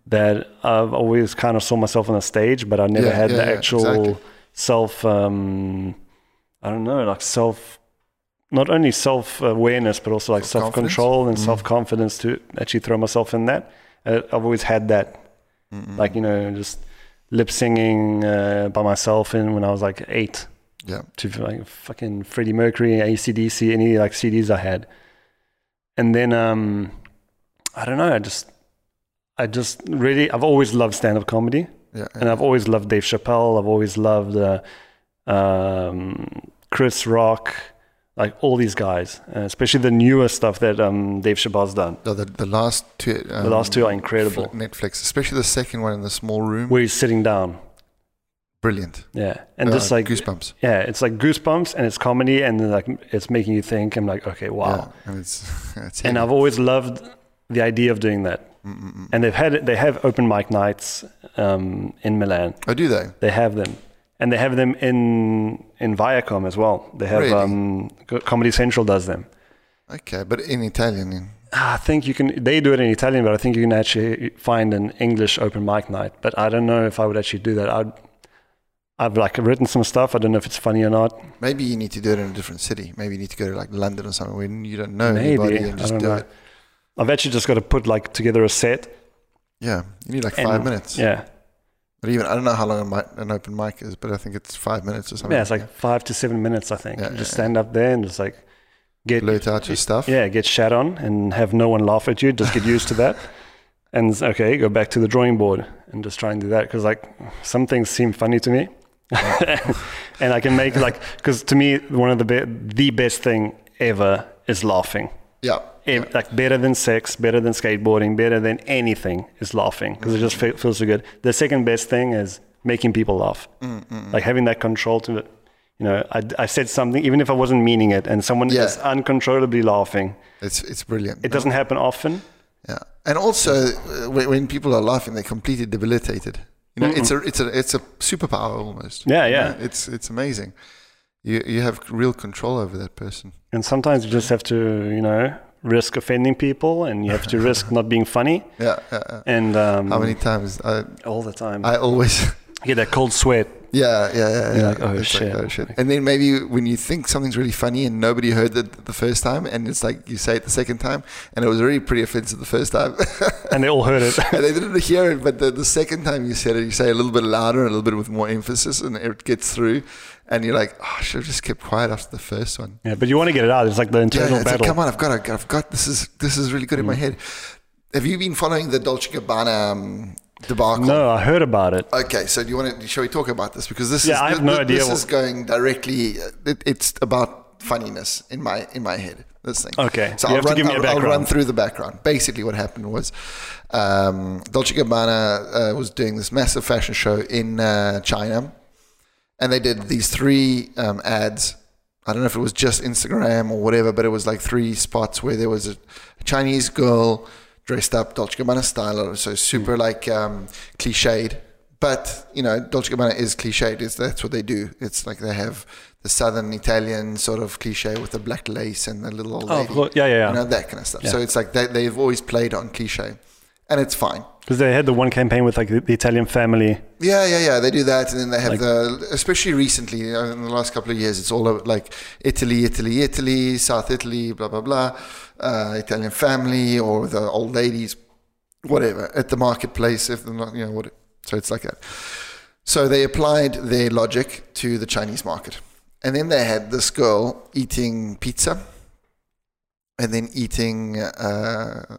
[SPEAKER 2] that I've always kind of saw myself on a stage, but I never
[SPEAKER 1] Yeah,
[SPEAKER 2] had
[SPEAKER 1] yeah,
[SPEAKER 2] the
[SPEAKER 1] yeah,
[SPEAKER 2] actual
[SPEAKER 1] exactly.
[SPEAKER 2] self. Um, I don't know, like self, not only self awareness, but also like self
[SPEAKER 1] Self-confidence? Mm.
[SPEAKER 2] control and self confidence to actually throw myself in that. Uh, I've always had that, like you know, just lip singing uh, by myself, and when I was like eight
[SPEAKER 1] Yeah.
[SPEAKER 2] to like fucking Freddie Mercury, ACDC, any like CDs I had. And then um I don't know, I just I just really I've always loved stand up comedy
[SPEAKER 1] Yeah.
[SPEAKER 2] and I've always loved Dave Chappelle, I've always loved uh, um Chris Rock, like all these guys, uh, especially the newer stuff that um Dave Chappelle's done.
[SPEAKER 1] No, the, the last two. Um,
[SPEAKER 2] The last two are incredible.
[SPEAKER 1] Netflix, especially the second one in the small room.
[SPEAKER 2] Where he's sitting down.
[SPEAKER 1] Brilliant.
[SPEAKER 2] Yeah. And
[SPEAKER 1] Uh,
[SPEAKER 2] just like
[SPEAKER 1] goosebumps.
[SPEAKER 2] yeah, it's like goosebumps and it's comedy and like it's making you think. I'm like, okay, wow.
[SPEAKER 1] Yeah. And it's, it's
[SPEAKER 2] and I've always loved the idea of doing that.
[SPEAKER 1] Mm-mm-mm.
[SPEAKER 2] And they've had they have open mic nights um, in Milan.
[SPEAKER 1] Oh, do they?
[SPEAKER 2] They have them, and they have them in in Viacom as well. They have
[SPEAKER 1] Really?
[SPEAKER 2] um, Co- Comedy Central does them.
[SPEAKER 1] Okay, but in Italian. In,
[SPEAKER 2] Ah, I think you can. They do it in Italian, but I think you can actually find an English open mic night. But I don't know if I would actually do that. I'd, I've like written some stuff. I don't know if it's funny or not.
[SPEAKER 1] maybe you need to do it in a different city. Maybe you need to go to like London or something where Oh, you don't know
[SPEAKER 2] Maybe
[SPEAKER 1] anybody
[SPEAKER 2] I
[SPEAKER 1] and just
[SPEAKER 2] don't
[SPEAKER 1] do
[SPEAKER 2] know.
[SPEAKER 1] it.
[SPEAKER 2] I've actually just got to put like together a set.
[SPEAKER 1] Yeah, you need like
[SPEAKER 2] and-
[SPEAKER 1] five minutes.
[SPEAKER 2] Yeah,
[SPEAKER 1] But even I don't know how long a mic, an open mic is, but I think it's five minutes or something.
[SPEAKER 2] Yeah, it's like five to seven minutes, I think.
[SPEAKER 1] Yeah,
[SPEAKER 2] You
[SPEAKER 1] yeah,
[SPEAKER 2] just
[SPEAKER 1] yeah.
[SPEAKER 2] stand up there and just like get
[SPEAKER 1] blurt out your stuff.
[SPEAKER 2] yeah, get shat on and have no one laugh at you. Just get used to that, and it's okay, go back to the drawing board and just try and do that because like some things seem funny to me, and I can make like because to me one of the be- the best thing ever is laughing.
[SPEAKER 1] yeah,
[SPEAKER 2] Ev- Like better than sex, better than skateboarding, better than anything is laughing because it just fe- feels so good. The second best thing is making people laugh,
[SPEAKER 1] Mm,
[SPEAKER 2] like having that control to, you know, I, I said something even if I wasn't meaning it, and someone
[SPEAKER 1] Yeah.
[SPEAKER 2] is uncontrollably laughing.
[SPEAKER 1] it's it's brilliant.
[SPEAKER 2] It doesn't happen often.
[SPEAKER 1] Yeah, and also uh, when, when people are laughing, they're completely debilitated. You know, it's a it's a it's a superpower almost.
[SPEAKER 2] Yeah,
[SPEAKER 1] You
[SPEAKER 2] yeah.
[SPEAKER 1] know, it's it's amazing. You you have real control over that person.
[SPEAKER 2] And sometimes you just have to, you know, risk offending people, and you have to risk not being funny.
[SPEAKER 1] Yeah. yeah, yeah.
[SPEAKER 2] And um,
[SPEAKER 1] How many times I
[SPEAKER 2] all the time?
[SPEAKER 1] I always
[SPEAKER 2] you get that cold sweat.
[SPEAKER 1] yeah yeah yeah. yeah.
[SPEAKER 2] like, oh,
[SPEAKER 1] It's
[SPEAKER 2] shit.
[SPEAKER 1] oh shit! And then maybe when you think something's really funny and nobody heard it the first time, and it's like you say it the second time, and it was already pretty offensive the first time.
[SPEAKER 2] And they all heard it.
[SPEAKER 1] and they didn't hear it, but the, the second time you said it, you say it a little bit louder and a little bit with more emphasis, and it gets through. And you're like, oh, I should have just kept quiet after the first one.
[SPEAKER 2] yeah, but you want to get it out. It's like the
[SPEAKER 1] Yeah,
[SPEAKER 2] internal
[SPEAKER 1] it's like,
[SPEAKER 2] battle. Mm.
[SPEAKER 1] come on, I've got, I've got, I've got this is this is really good in my head. Have you been following the Dolce Gabbana um, debacle?
[SPEAKER 2] no, I heard about it.
[SPEAKER 1] Okay, so do you want to? Shall we talk about this? Because this
[SPEAKER 2] Yeah,
[SPEAKER 1] is
[SPEAKER 2] I have
[SPEAKER 1] thi-
[SPEAKER 2] no
[SPEAKER 1] thi-
[SPEAKER 2] idea
[SPEAKER 1] This
[SPEAKER 2] what-
[SPEAKER 1] is going directly. uh, It, it's about funniness in my in my head. This thing.
[SPEAKER 2] Okay,
[SPEAKER 1] so
[SPEAKER 2] you
[SPEAKER 1] I'll
[SPEAKER 2] have to
[SPEAKER 1] run,
[SPEAKER 2] give me a
[SPEAKER 1] I'll, I'll run
[SPEAKER 2] background.
[SPEAKER 1] through the background. Basically, what happened was um, Dolce Gabbana uh, was doing this massive fashion show in uh, China, and they did these three um, ads. I don't know if it was just Instagram or whatever, but it was like three spots where there was a Chinese girl dressed up Dolce Gabbana style, so super
[SPEAKER 2] Hmm.
[SPEAKER 1] like um, cliched. But you know, Dolce Gabbana is cliched. It's, that's what they do. It's like they have the southern Italian sort of cliche with the black lace and the little old
[SPEAKER 2] Oh,
[SPEAKER 1] lady,
[SPEAKER 2] of course. yeah, yeah,
[SPEAKER 1] you
[SPEAKER 2] yeah.
[SPEAKER 1] know, that kind of stuff. So it's like they, they've always played on cliche, and it's fine.
[SPEAKER 2] Because they had the one campaign with like the, the Italian family.
[SPEAKER 1] Yeah, yeah, yeah. They do that, and then they have the. Especially recently, you know, in the last couple of years, it's all about like Italy, Italy, Italy, South Italy, blah blah blah, uh, Italian family or the old ladies, whatever, at the marketplace. If they're not, you know, what. So it's like that. So they applied their logic to the Chinese market, and then they had this girl eating pizza, and then eating uh,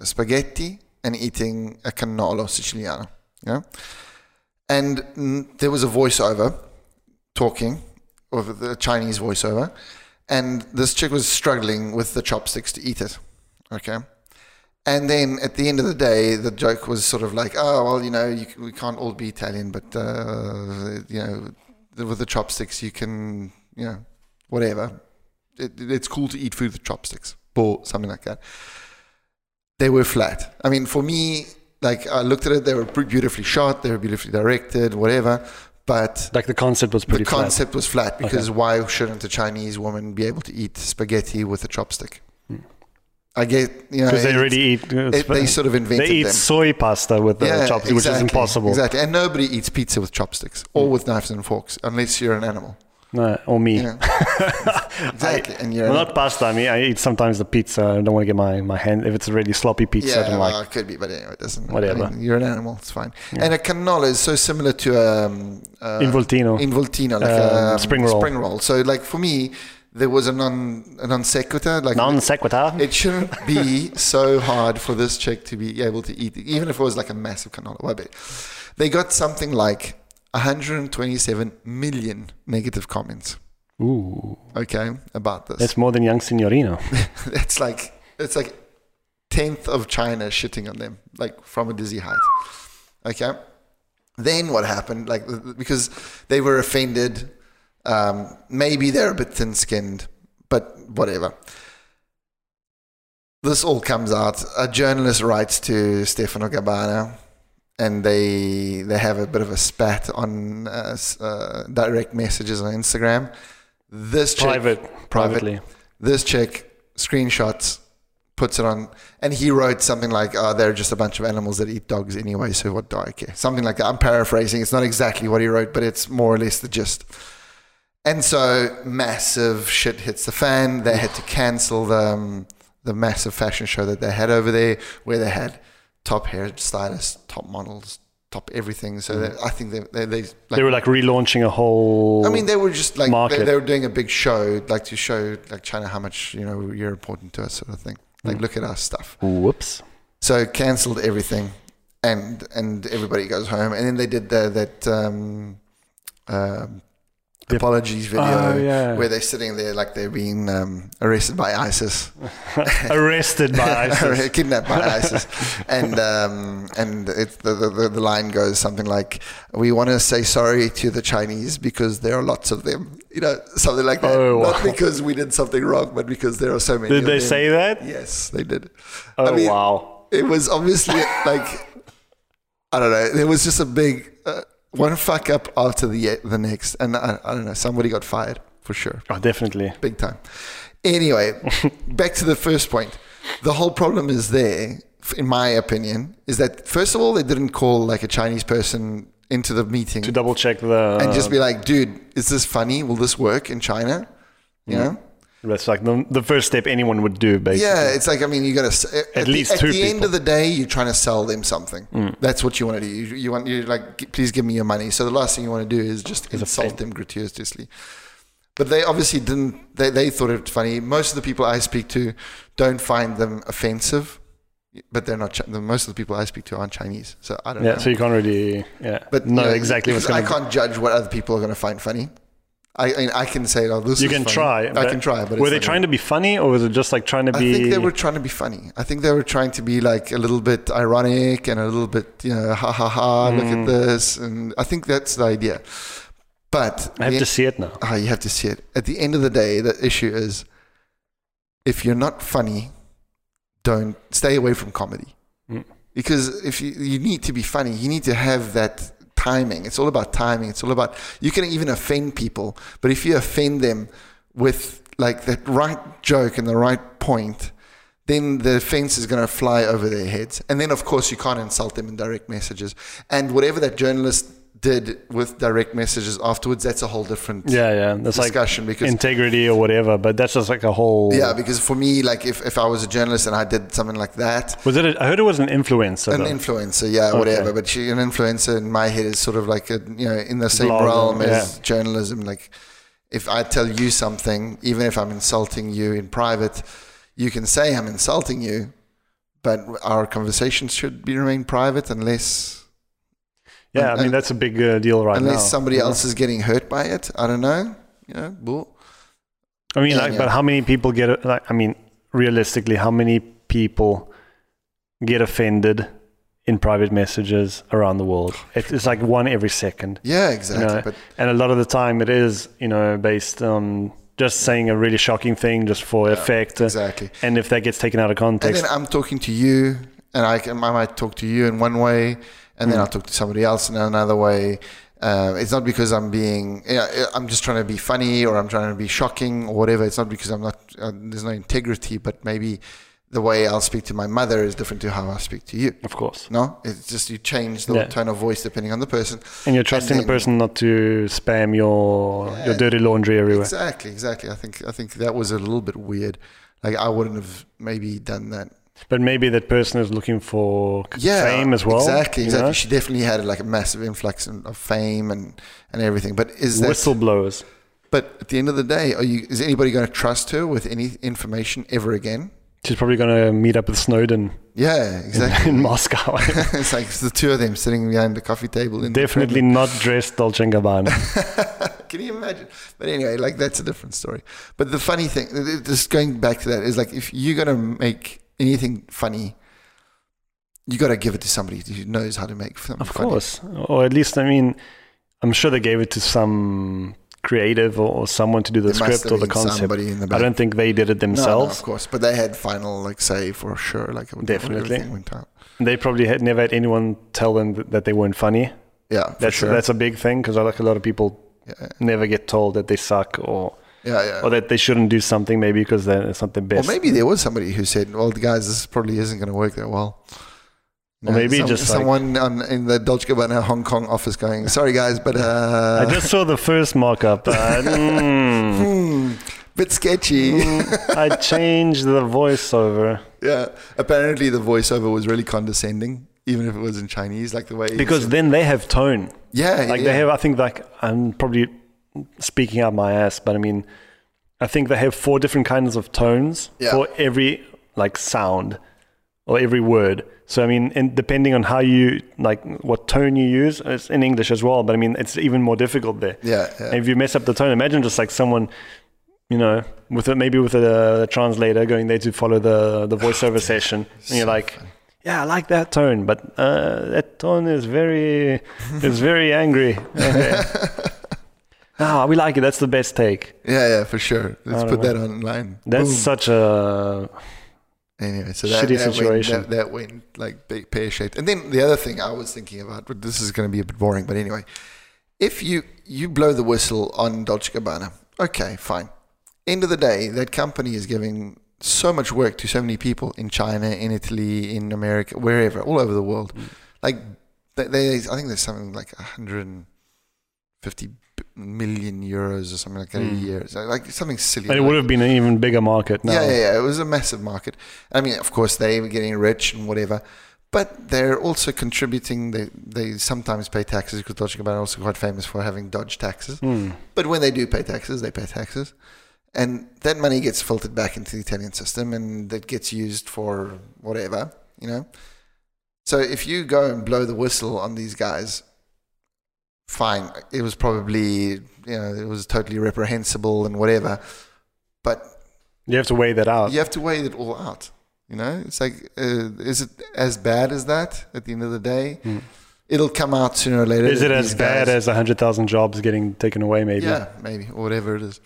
[SPEAKER 1] spaghetti and eating a cannolo siciliano. Yeah. And mm, there was a voiceover talking, or the Chinese voiceover, and this chick was struggling with the chopsticks to eat it. Okay. And then at the end of the day, the joke was sort of like, oh, well, you know, you, c- we can't all be Italian, but, uh, you know, th- with the chopsticks, you can, you know, whatever. It, it- it's cool to eat food with chopsticks or something like that. They were flat. I mean, for me, like, I looked at it, they were pretty beautifully shot, they were beautifully directed, whatever. But
[SPEAKER 2] Like the concept was pretty
[SPEAKER 1] the
[SPEAKER 2] flat.
[SPEAKER 1] concept was flat because why shouldn't a Chinese woman be able to eat spaghetti with a chopstick? I get, you know,
[SPEAKER 2] Because Hmm. they
[SPEAKER 1] it's-
[SPEAKER 2] already eat.
[SPEAKER 1] it, they sort of
[SPEAKER 2] they
[SPEAKER 1] invented
[SPEAKER 2] eat
[SPEAKER 1] them.
[SPEAKER 2] soy pasta with the
[SPEAKER 1] Yeah,
[SPEAKER 2] chopsticks, which is
[SPEAKER 1] exactly,
[SPEAKER 2] impossible. Hmm.
[SPEAKER 1] Exactly, and nobody eats pizza with chopsticks or with knives and forks unless you're an animal.
[SPEAKER 2] No, or me.
[SPEAKER 1] Yeah. exactly, and you're
[SPEAKER 2] Well, not pasta. I mean, I eat sometimes the pizza. I don't want to get my, my hand if it's a really sloppy pizza. I
[SPEAKER 1] yeah,
[SPEAKER 2] don't
[SPEAKER 1] well,
[SPEAKER 2] like.
[SPEAKER 1] it could be, but anyway, it doesn't. I
[SPEAKER 2] Whatever.
[SPEAKER 1] mean, you're an animal; it's fine. And a canola is so similar to um, uh,
[SPEAKER 2] Involtino.
[SPEAKER 1] Involtino, like
[SPEAKER 2] Um,
[SPEAKER 1] um,
[SPEAKER 2] spring roll.
[SPEAKER 1] Spring roll. So, like for me, there was a non a non sequitur. Like
[SPEAKER 2] Non sequitur.
[SPEAKER 1] It shouldn't be so hard for this chick to be able to eat, even if it was like a massive canola. Well, but they got something like 127 million negative comments.
[SPEAKER 2] Ooh,
[SPEAKER 1] Okay, about this.
[SPEAKER 2] that's more than young signorino.
[SPEAKER 1] That's like it's like tenth of China shitting on them, like from a dizzy height. Okay. Then what happened? Like th- th- because they were offended. Um, maybe they're a bit thin-skinned, but whatever. This all comes out. A journalist writes to Stefano Gabbana, and they they have a bit of a spat on uh, s- uh, direct messages on Instagram. This chick-
[SPEAKER 2] Private, privately.
[SPEAKER 1] this chick screenshots puts it on and he wrote something like oh they're just a bunch of animals that eat dogs anyway so what do i care something like that i'm paraphrasing it's not exactly what he wrote but it's more or less the gist and so massive shit hits the fan they had to cancel the, um, the massive fashion show that they had over there where they had top hairstylists top models top everything so they, i think they, they, they, like,
[SPEAKER 2] Mm. they were like relaunching a whole.
[SPEAKER 1] I mean, they were just like they,
[SPEAKER 2] market.
[SPEAKER 1] they were doing a big show, like to show like China how much you know you're important to us, sort of thing.
[SPEAKER 2] Mm.
[SPEAKER 1] Like, look at our stuff.
[SPEAKER 2] whoops.
[SPEAKER 1] So cancelled everything, and and everybody goes home. And then they did the, that um, um
[SPEAKER 2] The-
[SPEAKER 1] apologies video
[SPEAKER 2] Oh, yeah.
[SPEAKER 1] where they're sitting there like they're being um, arrested by ISIS,
[SPEAKER 2] Arrested by ISIS.
[SPEAKER 1] kidnapped by ISIS, and um, and it, the, the the- the line goes something like, "We want to say sorry to the Chinese because there are lots of them," you know, something like that.
[SPEAKER 2] Oh,
[SPEAKER 1] Not
[SPEAKER 2] wow.
[SPEAKER 1] because we did something wrong, but because there are so many.
[SPEAKER 2] Did
[SPEAKER 1] of
[SPEAKER 2] they
[SPEAKER 1] them.
[SPEAKER 2] say that?
[SPEAKER 1] Yes, they did.
[SPEAKER 2] Oh
[SPEAKER 1] mean,
[SPEAKER 2] wow.
[SPEAKER 1] It was obviously like, I don't know. It was just a big uh, one fuck up after the the next, and I, I don't know. Somebody got fired for sure
[SPEAKER 2] Oh, definitely.
[SPEAKER 1] big time. Anyway, back to the first point. The whole problem is there, f- in my opinion, is that first of all, they didn't call like a Chinese person into the meeting
[SPEAKER 2] To double check the.
[SPEAKER 1] and just be like, dude, is this funny? Will this work in China? You
[SPEAKER 2] Mm.
[SPEAKER 1] know?
[SPEAKER 2] That's like the, the first step anyone would do, basically.
[SPEAKER 1] Yeah, it's like, I mean, you got to. At, the-
[SPEAKER 2] least
[SPEAKER 1] At
[SPEAKER 2] two
[SPEAKER 1] the end
[SPEAKER 2] people. Mm.
[SPEAKER 1] of the day, you're trying to sell them something. That's what you want to do. You, you want, you're like, "G- please give me your money. So the last thing you want to do is just insult them gratuitously. But they obviously didn't. They, they thought it funny. Most of the people I speak to don't find them offensive, but they're not. Chi- the- Most of the people I speak to aren't Chinese, so I don't
[SPEAKER 2] Yeah,
[SPEAKER 1] know.
[SPEAKER 2] so you can't really yeah
[SPEAKER 1] but
[SPEAKER 2] know
[SPEAKER 1] you know,
[SPEAKER 2] exactly what's
[SPEAKER 1] because
[SPEAKER 2] going
[SPEAKER 1] I
[SPEAKER 2] to
[SPEAKER 1] can't judge what other people are going to find funny. I, I mean, I can say, "Oh, this
[SPEAKER 2] you
[SPEAKER 1] is
[SPEAKER 2] can
[SPEAKER 1] funny."
[SPEAKER 2] try.
[SPEAKER 1] I can try, but
[SPEAKER 2] were
[SPEAKER 1] it's
[SPEAKER 2] they
[SPEAKER 1] not
[SPEAKER 2] trying to be funny or was it just like trying to
[SPEAKER 1] I
[SPEAKER 2] be?
[SPEAKER 1] think they were trying to be funny. I think they were trying to be like a little bit ironic and a little bit, you know, ha ha ha, look
[SPEAKER 2] Mm.
[SPEAKER 1] at this. And I think that's the idea. But
[SPEAKER 2] I have
[SPEAKER 1] the-
[SPEAKER 2] to see it now.
[SPEAKER 1] Ah, you have to see it. At the end of the day, the issue is if you're not funny, don't stay away from comedy.
[SPEAKER 2] Mm.
[SPEAKER 1] Because if you, you need to be funny, you need to have that timing. It's all about timing. It's all about you can even offend people, but if you offend them with like that right joke and the right point, then the fence is going to fly over their heads. And then, of course, you can't insult them in direct messages. And whatever that journalist did with direct messages afterwards, that's a whole different
[SPEAKER 2] Yeah, yeah. That's like
[SPEAKER 1] discussion because
[SPEAKER 2] integrity or whatever, but that's just like a whole.
[SPEAKER 1] yeah, because for me, like if, if I was a journalist and I did something like that,
[SPEAKER 2] Was it? A, I heard it was an influencer.
[SPEAKER 1] an
[SPEAKER 2] though.
[SPEAKER 1] influencer, yeah, whatever. But she, an influencer in my head is sort of like a you know in the same
[SPEAKER 2] Blogger,
[SPEAKER 1] realm as journalism. Like if I tell you something, even if I'm insulting you in private, you can say I'm insulting you, but our conversations should be remain private unless
[SPEAKER 2] yeah, I
[SPEAKER 1] and-
[SPEAKER 2] mean that's a big uh, deal right now.
[SPEAKER 1] unless somebody
[SPEAKER 2] you know?
[SPEAKER 1] else is getting hurt by it. I don't know. You know, bull.
[SPEAKER 2] I mean,
[SPEAKER 1] Yeah,
[SPEAKER 2] like,
[SPEAKER 1] yeah.
[SPEAKER 2] but how many people get? a- Like, I mean, realistically, how many people get offended in private messages around the world? It's, it's like one every second,
[SPEAKER 1] Yeah, exactly.
[SPEAKER 2] No.
[SPEAKER 1] But
[SPEAKER 2] and a lot of the time, it is you know based on just saying a really shocking thing just for effect.
[SPEAKER 1] exactly.
[SPEAKER 2] And if that gets taken out of
[SPEAKER 1] And
[SPEAKER 2] context,
[SPEAKER 1] then I'm talking to you, and I, can, I might talk to you in one way, and
[SPEAKER 2] Mm.
[SPEAKER 1] then I'll talk to somebody else in another way. Uh, it's not because I'm being, you know, uh, I'm just trying to be funny or I'm trying to be shocking or whatever. It's not because I'm not, uh, there's no integrity, but maybe the way I'll speak to my mother is different to how I speak to you.
[SPEAKER 2] of course,
[SPEAKER 1] No, it's just you change the
[SPEAKER 2] Yeah.
[SPEAKER 1] tone of voice depending on the person.
[SPEAKER 2] and you're trusting
[SPEAKER 1] then-
[SPEAKER 2] the person not to spam your your
[SPEAKER 1] Yeah.
[SPEAKER 2] dirty laundry everywhere.
[SPEAKER 1] Exactly, exactly. I think I think that was a little bit weird. Like I wouldn't have maybe done that.
[SPEAKER 2] But maybe that person is looking for c- fame as well.
[SPEAKER 1] Exactly,
[SPEAKER 2] you
[SPEAKER 1] exactly.
[SPEAKER 2] know?
[SPEAKER 1] She definitely had like a massive influx in- of fame and, and everything. But is that?
[SPEAKER 2] Whistleblowers.
[SPEAKER 1] But at the end of the day, are you? Is anybody going to trust her with any information ever again?
[SPEAKER 2] She's probably going to meet up with Snowden
[SPEAKER 1] Yeah, exactly.
[SPEAKER 2] in Moscow.
[SPEAKER 1] it's like it's the two of them sitting behind the coffee table. In the
[SPEAKER 2] Definitely not dressed Dolce & Gabbana.
[SPEAKER 1] Can you imagine? But anyway, like that's a different story. But the funny thing, th- th- just going back to that, is like if you're gonna make anything funny, you gotta give it to somebody who knows how to make something
[SPEAKER 2] of
[SPEAKER 1] funny.
[SPEAKER 2] course. Or at least, I mean, I'm sure they gave it to some creative or, or someone to do the
[SPEAKER 1] There must
[SPEAKER 2] script
[SPEAKER 1] have
[SPEAKER 2] or the
[SPEAKER 1] been
[SPEAKER 2] concept.
[SPEAKER 1] Somebody in the
[SPEAKER 2] I
[SPEAKER 1] back.
[SPEAKER 2] don't think they did it
[SPEAKER 1] No, no, of
[SPEAKER 2] themselves.
[SPEAKER 1] course. But they had final like say for sure. Like when
[SPEAKER 2] Definitely.
[SPEAKER 1] everything went out.
[SPEAKER 2] They probably had never had anyone tell them th- that they weren't funny.
[SPEAKER 1] Yeah, for
[SPEAKER 2] That's
[SPEAKER 1] sure.
[SPEAKER 2] that's a big thing because I like a lot of people
[SPEAKER 1] yeah,
[SPEAKER 2] never get told that they suck or
[SPEAKER 1] yeah. yeah.
[SPEAKER 2] or that they shouldn't do something maybe because that it's not the
[SPEAKER 1] Or
[SPEAKER 2] best.
[SPEAKER 1] maybe there was somebody who said, "Well, guys, this probably isn't going to work that well."
[SPEAKER 2] Or maybe just like-
[SPEAKER 1] someone on, in the Dolce Gabbana Hong Kong office going, "Sorry, guys, but uh,
[SPEAKER 2] I just saw the first mock-up. Uh, mm,
[SPEAKER 1] hmm, bit sketchy."
[SPEAKER 2] mm, I changed the voiceover
[SPEAKER 1] yeah, apparently the voiceover was really condescending, even if it was in Chinese, like the way he
[SPEAKER 2] because
[SPEAKER 1] said-
[SPEAKER 2] then they have tone.
[SPEAKER 1] yeah,
[SPEAKER 2] Like
[SPEAKER 1] yeah,
[SPEAKER 2] they have, I think, like I'm probably speaking out my ass, but I mean, I think they have four different kinds of tones
[SPEAKER 1] Yeah.
[SPEAKER 2] for every like sound or every word. So I mean, and depending on how you like what tone you use, it's in English as well. But I mean, it's even more difficult there.
[SPEAKER 1] yeah, yeah.
[SPEAKER 2] And if you mess up the tone, imagine just like someone, you know, with a, maybe with a, translator going there to follow the the voiceover session, and you're like, yeah, I like that tone, but uh, that tone is very is very angry. Ah, we like it. That's the best take.
[SPEAKER 1] yeah, yeah, for sure. Let's
[SPEAKER 2] don't
[SPEAKER 1] put
[SPEAKER 2] know.
[SPEAKER 1] that online.
[SPEAKER 2] That's
[SPEAKER 1] Boom.
[SPEAKER 2] such a
[SPEAKER 1] Anyway, so that,
[SPEAKER 2] Shitty
[SPEAKER 1] that
[SPEAKER 2] situation.
[SPEAKER 1] Went, that, that went like big pear shaped. And then the other thing I was thinking about, but this is going to be a bit boring, but anyway, if you you blow the whistle on Dolce Gabbana, okay, fine. End of the day, that company is giving so much work to so many people in China, in Italy, in America, wherever, all over the world.
[SPEAKER 2] Mm.
[SPEAKER 1] Like they, they, I think there's something like 150 million euros or something like that a
[SPEAKER 2] Mm.
[SPEAKER 1] year, so like something silly.
[SPEAKER 2] it
[SPEAKER 1] like-
[SPEAKER 2] would have been an even bigger market now.
[SPEAKER 1] yeah, yeah, yeah. It was a massive market. I mean, of course, they were getting rich and whatever, but they're also contributing. They they sometimes pay taxes because Dolce Gabbana are also quite famous for having dodge taxes.
[SPEAKER 2] Hmm.
[SPEAKER 1] But when they do pay taxes, they pay taxes, and that money gets filtered back into the Italian system, and that gets used for whatever you know. So if you go and blow the whistle on these guys, fine. It was probably you know it was totally reprehensible and whatever, but
[SPEAKER 2] You have to weigh that out.
[SPEAKER 1] you have to weigh it all out. You know, it's like, uh, is it as bad as that? At the end of the day,
[SPEAKER 2] Mm.
[SPEAKER 1] it'll come out sooner or later.
[SPEAKER 2] Is it
[SPEAKER 1] that
[SPEAKER 2] as
[SPEAKER 1] these
[SPEAKER 2] bad
[SPEAKER 1] guys-
[SPEAKER 2] as hundred thousand jobs getting taken away? Maybe
[SPEAKER 1] Yeah, maybe or whatever it is.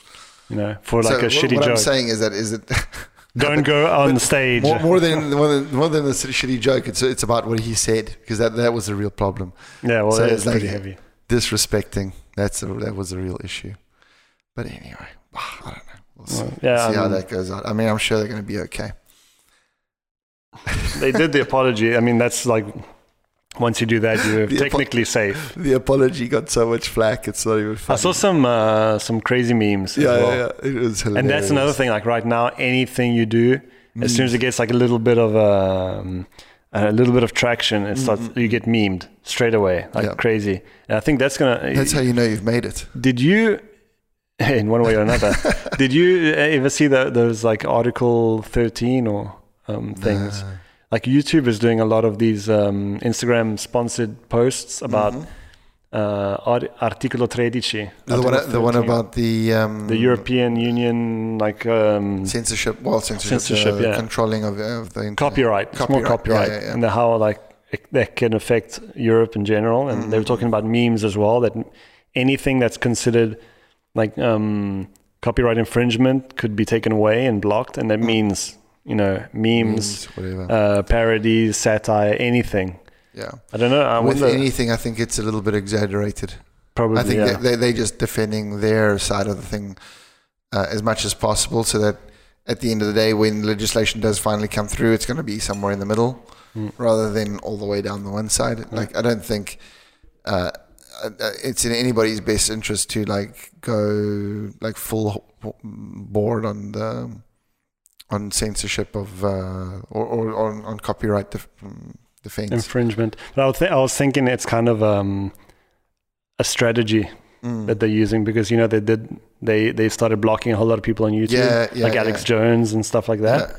[SPEAKER 2] you know, for like
[SPEAKER 1] So
[SPEAKER 2] a
[SPEAKER 1] what,
[SPEAKER 2] shitty
[SPEAKER 1] what I'm
[SPEAKER 2] joke.
[SPEAKER 1] saying is that is it
[SPEAKER 2] Don't go on stage.
[SPEAKER 1] more, more than more than more than the shitty joke? It's it's about what he said because that that was the real problem.
[SPEAKER 2] Yeah, well,
[SPEAKER 1] So
[SPEAKER 2] that
[SPEAKER 1] it's
[SPEAKER 2] is
[SPEAKER 1] like-
[SPEAKER 2] pretty heavy.
[SPEAKER 1] Disrespecting. That's a, that was a real issue. But anyway, I don't know. We'll see,
[SPEAKER 2] yeah,
[SPEAKER 1] see how
[SPEAKER 2] um,
[SPEAKER 1] that goes out. I mean, I'm sure they're going to be okay.
[SPEAKER 2] they did the apology. I mean, that's like once you do that, you're
[SPEAKER 1] The apo-
[SPEAKER 2] technically safe.
[SPEAKER 1] The apology got so much flack. It's not even
[SPEAKER 2] I
[SPEAKER 1] funny.
[SPEAKER 2] saw some uh, some crazy memes. as
[SPEAKER 1] yeah,
[SPEAKER 2] well.
[SPEAKER 1] yeah, yeah, it was hilarious. Mm.
[SPEAKER 2] And that's another thing. Like right now, anything you do, as soon as it gets like a little bit of um, a little bit of traction, it starts. You get memed straight away, like
[SPEAKER 1] Mm-hmm. Yeah.
[SPEAKER 2] crazy. And I think that's gonna.
[SPEAKER 1] That's how you know you've made it.
[SPEAKER 2] did you? In one way or another, did you uh, ever see that those like Article Thirteen or um, things?
[SPEAKER 1] Uh,
[SPEAKER 2] like YouTube is doing a lot of these um, Instagram sponsored posts about uh, Ar- Articolo 13.
[SPEAKER 1] mm-hmm. The
[SPEAKER 2] Article
[SPEAKER 1] one, the one
[SPEAKER 2] 13,
[SPEAKER 1] about the um,
[SPEAKER 2] the European Union, like um,
[SPEAKER 1] censorship, well, censorship,
[SPEAKER 2] Censorship,
[SPEAKER 1] uh,
[SPEAKER 2] yeah.
[SPEAKER 1] controlling of, of the internet.
[SPEAKER 2] copyright, it's more
[SPEAKER 1] Copyright,
[SPEAKER 2] copyright,
[SPEAKER 1] yeah, yeah, yeah.
[SPEAKER 2] and the, how like it, that can affect Europe in general. And
[SPEAKER 1] Mm.
[SPEAKER 2] they were talking about memes as well. That anything that's considered like um, copyright infringement could be taken away and blocked, and that means you know memes,
[SPEAKER 1] Mm. Memes, whatever.
[SPEAKER 2] uh, parodies, satire, anything.
[SPEAKER 1] yeah.
[SPEAKER 2] I don't know. I
[SPEAKER 1] With
[SPEAKER 2] wonder.
[SPEAKER 1] anything, I think it's a little bit exaggerated.
[SPEAKER 2] probably.
[SPEAKER 1] I think
[SPEAKER 2] yeah.
[SPEAKER 1] they, they, they're just defending their side of the thing uh, as much as possible so that at the end of the day, when legislation does finally come through, it's going to be somewhere in the middle
[SPEAKER 2] Mm.
[SPEAKER 1] rather than all the way down the one side.
[SPEAKER 2] Hmm.
[SPEAKER 1] Like, I don't think uh, uh, it's in anybody's best interest to like go like full h- board on the on censorship of uh, or, or on, on copyright def- defense.
[SPEAKER 2] infringement. But I was, th- I was thinking it's kind of um, a strategy
[SPEAKER 1] Mm.
[SPEAKER 2] that they're using because you know they did they they started blocking a whole lot of people on YouTube,
[SPEAKER 1] Yeah, yeah,
[SPEAKER 2] like Alex
[SPEAKER 1] yeah.
[SPEAKER 2] Jones and stuff like that.
[SPEAKER 1] Yeah.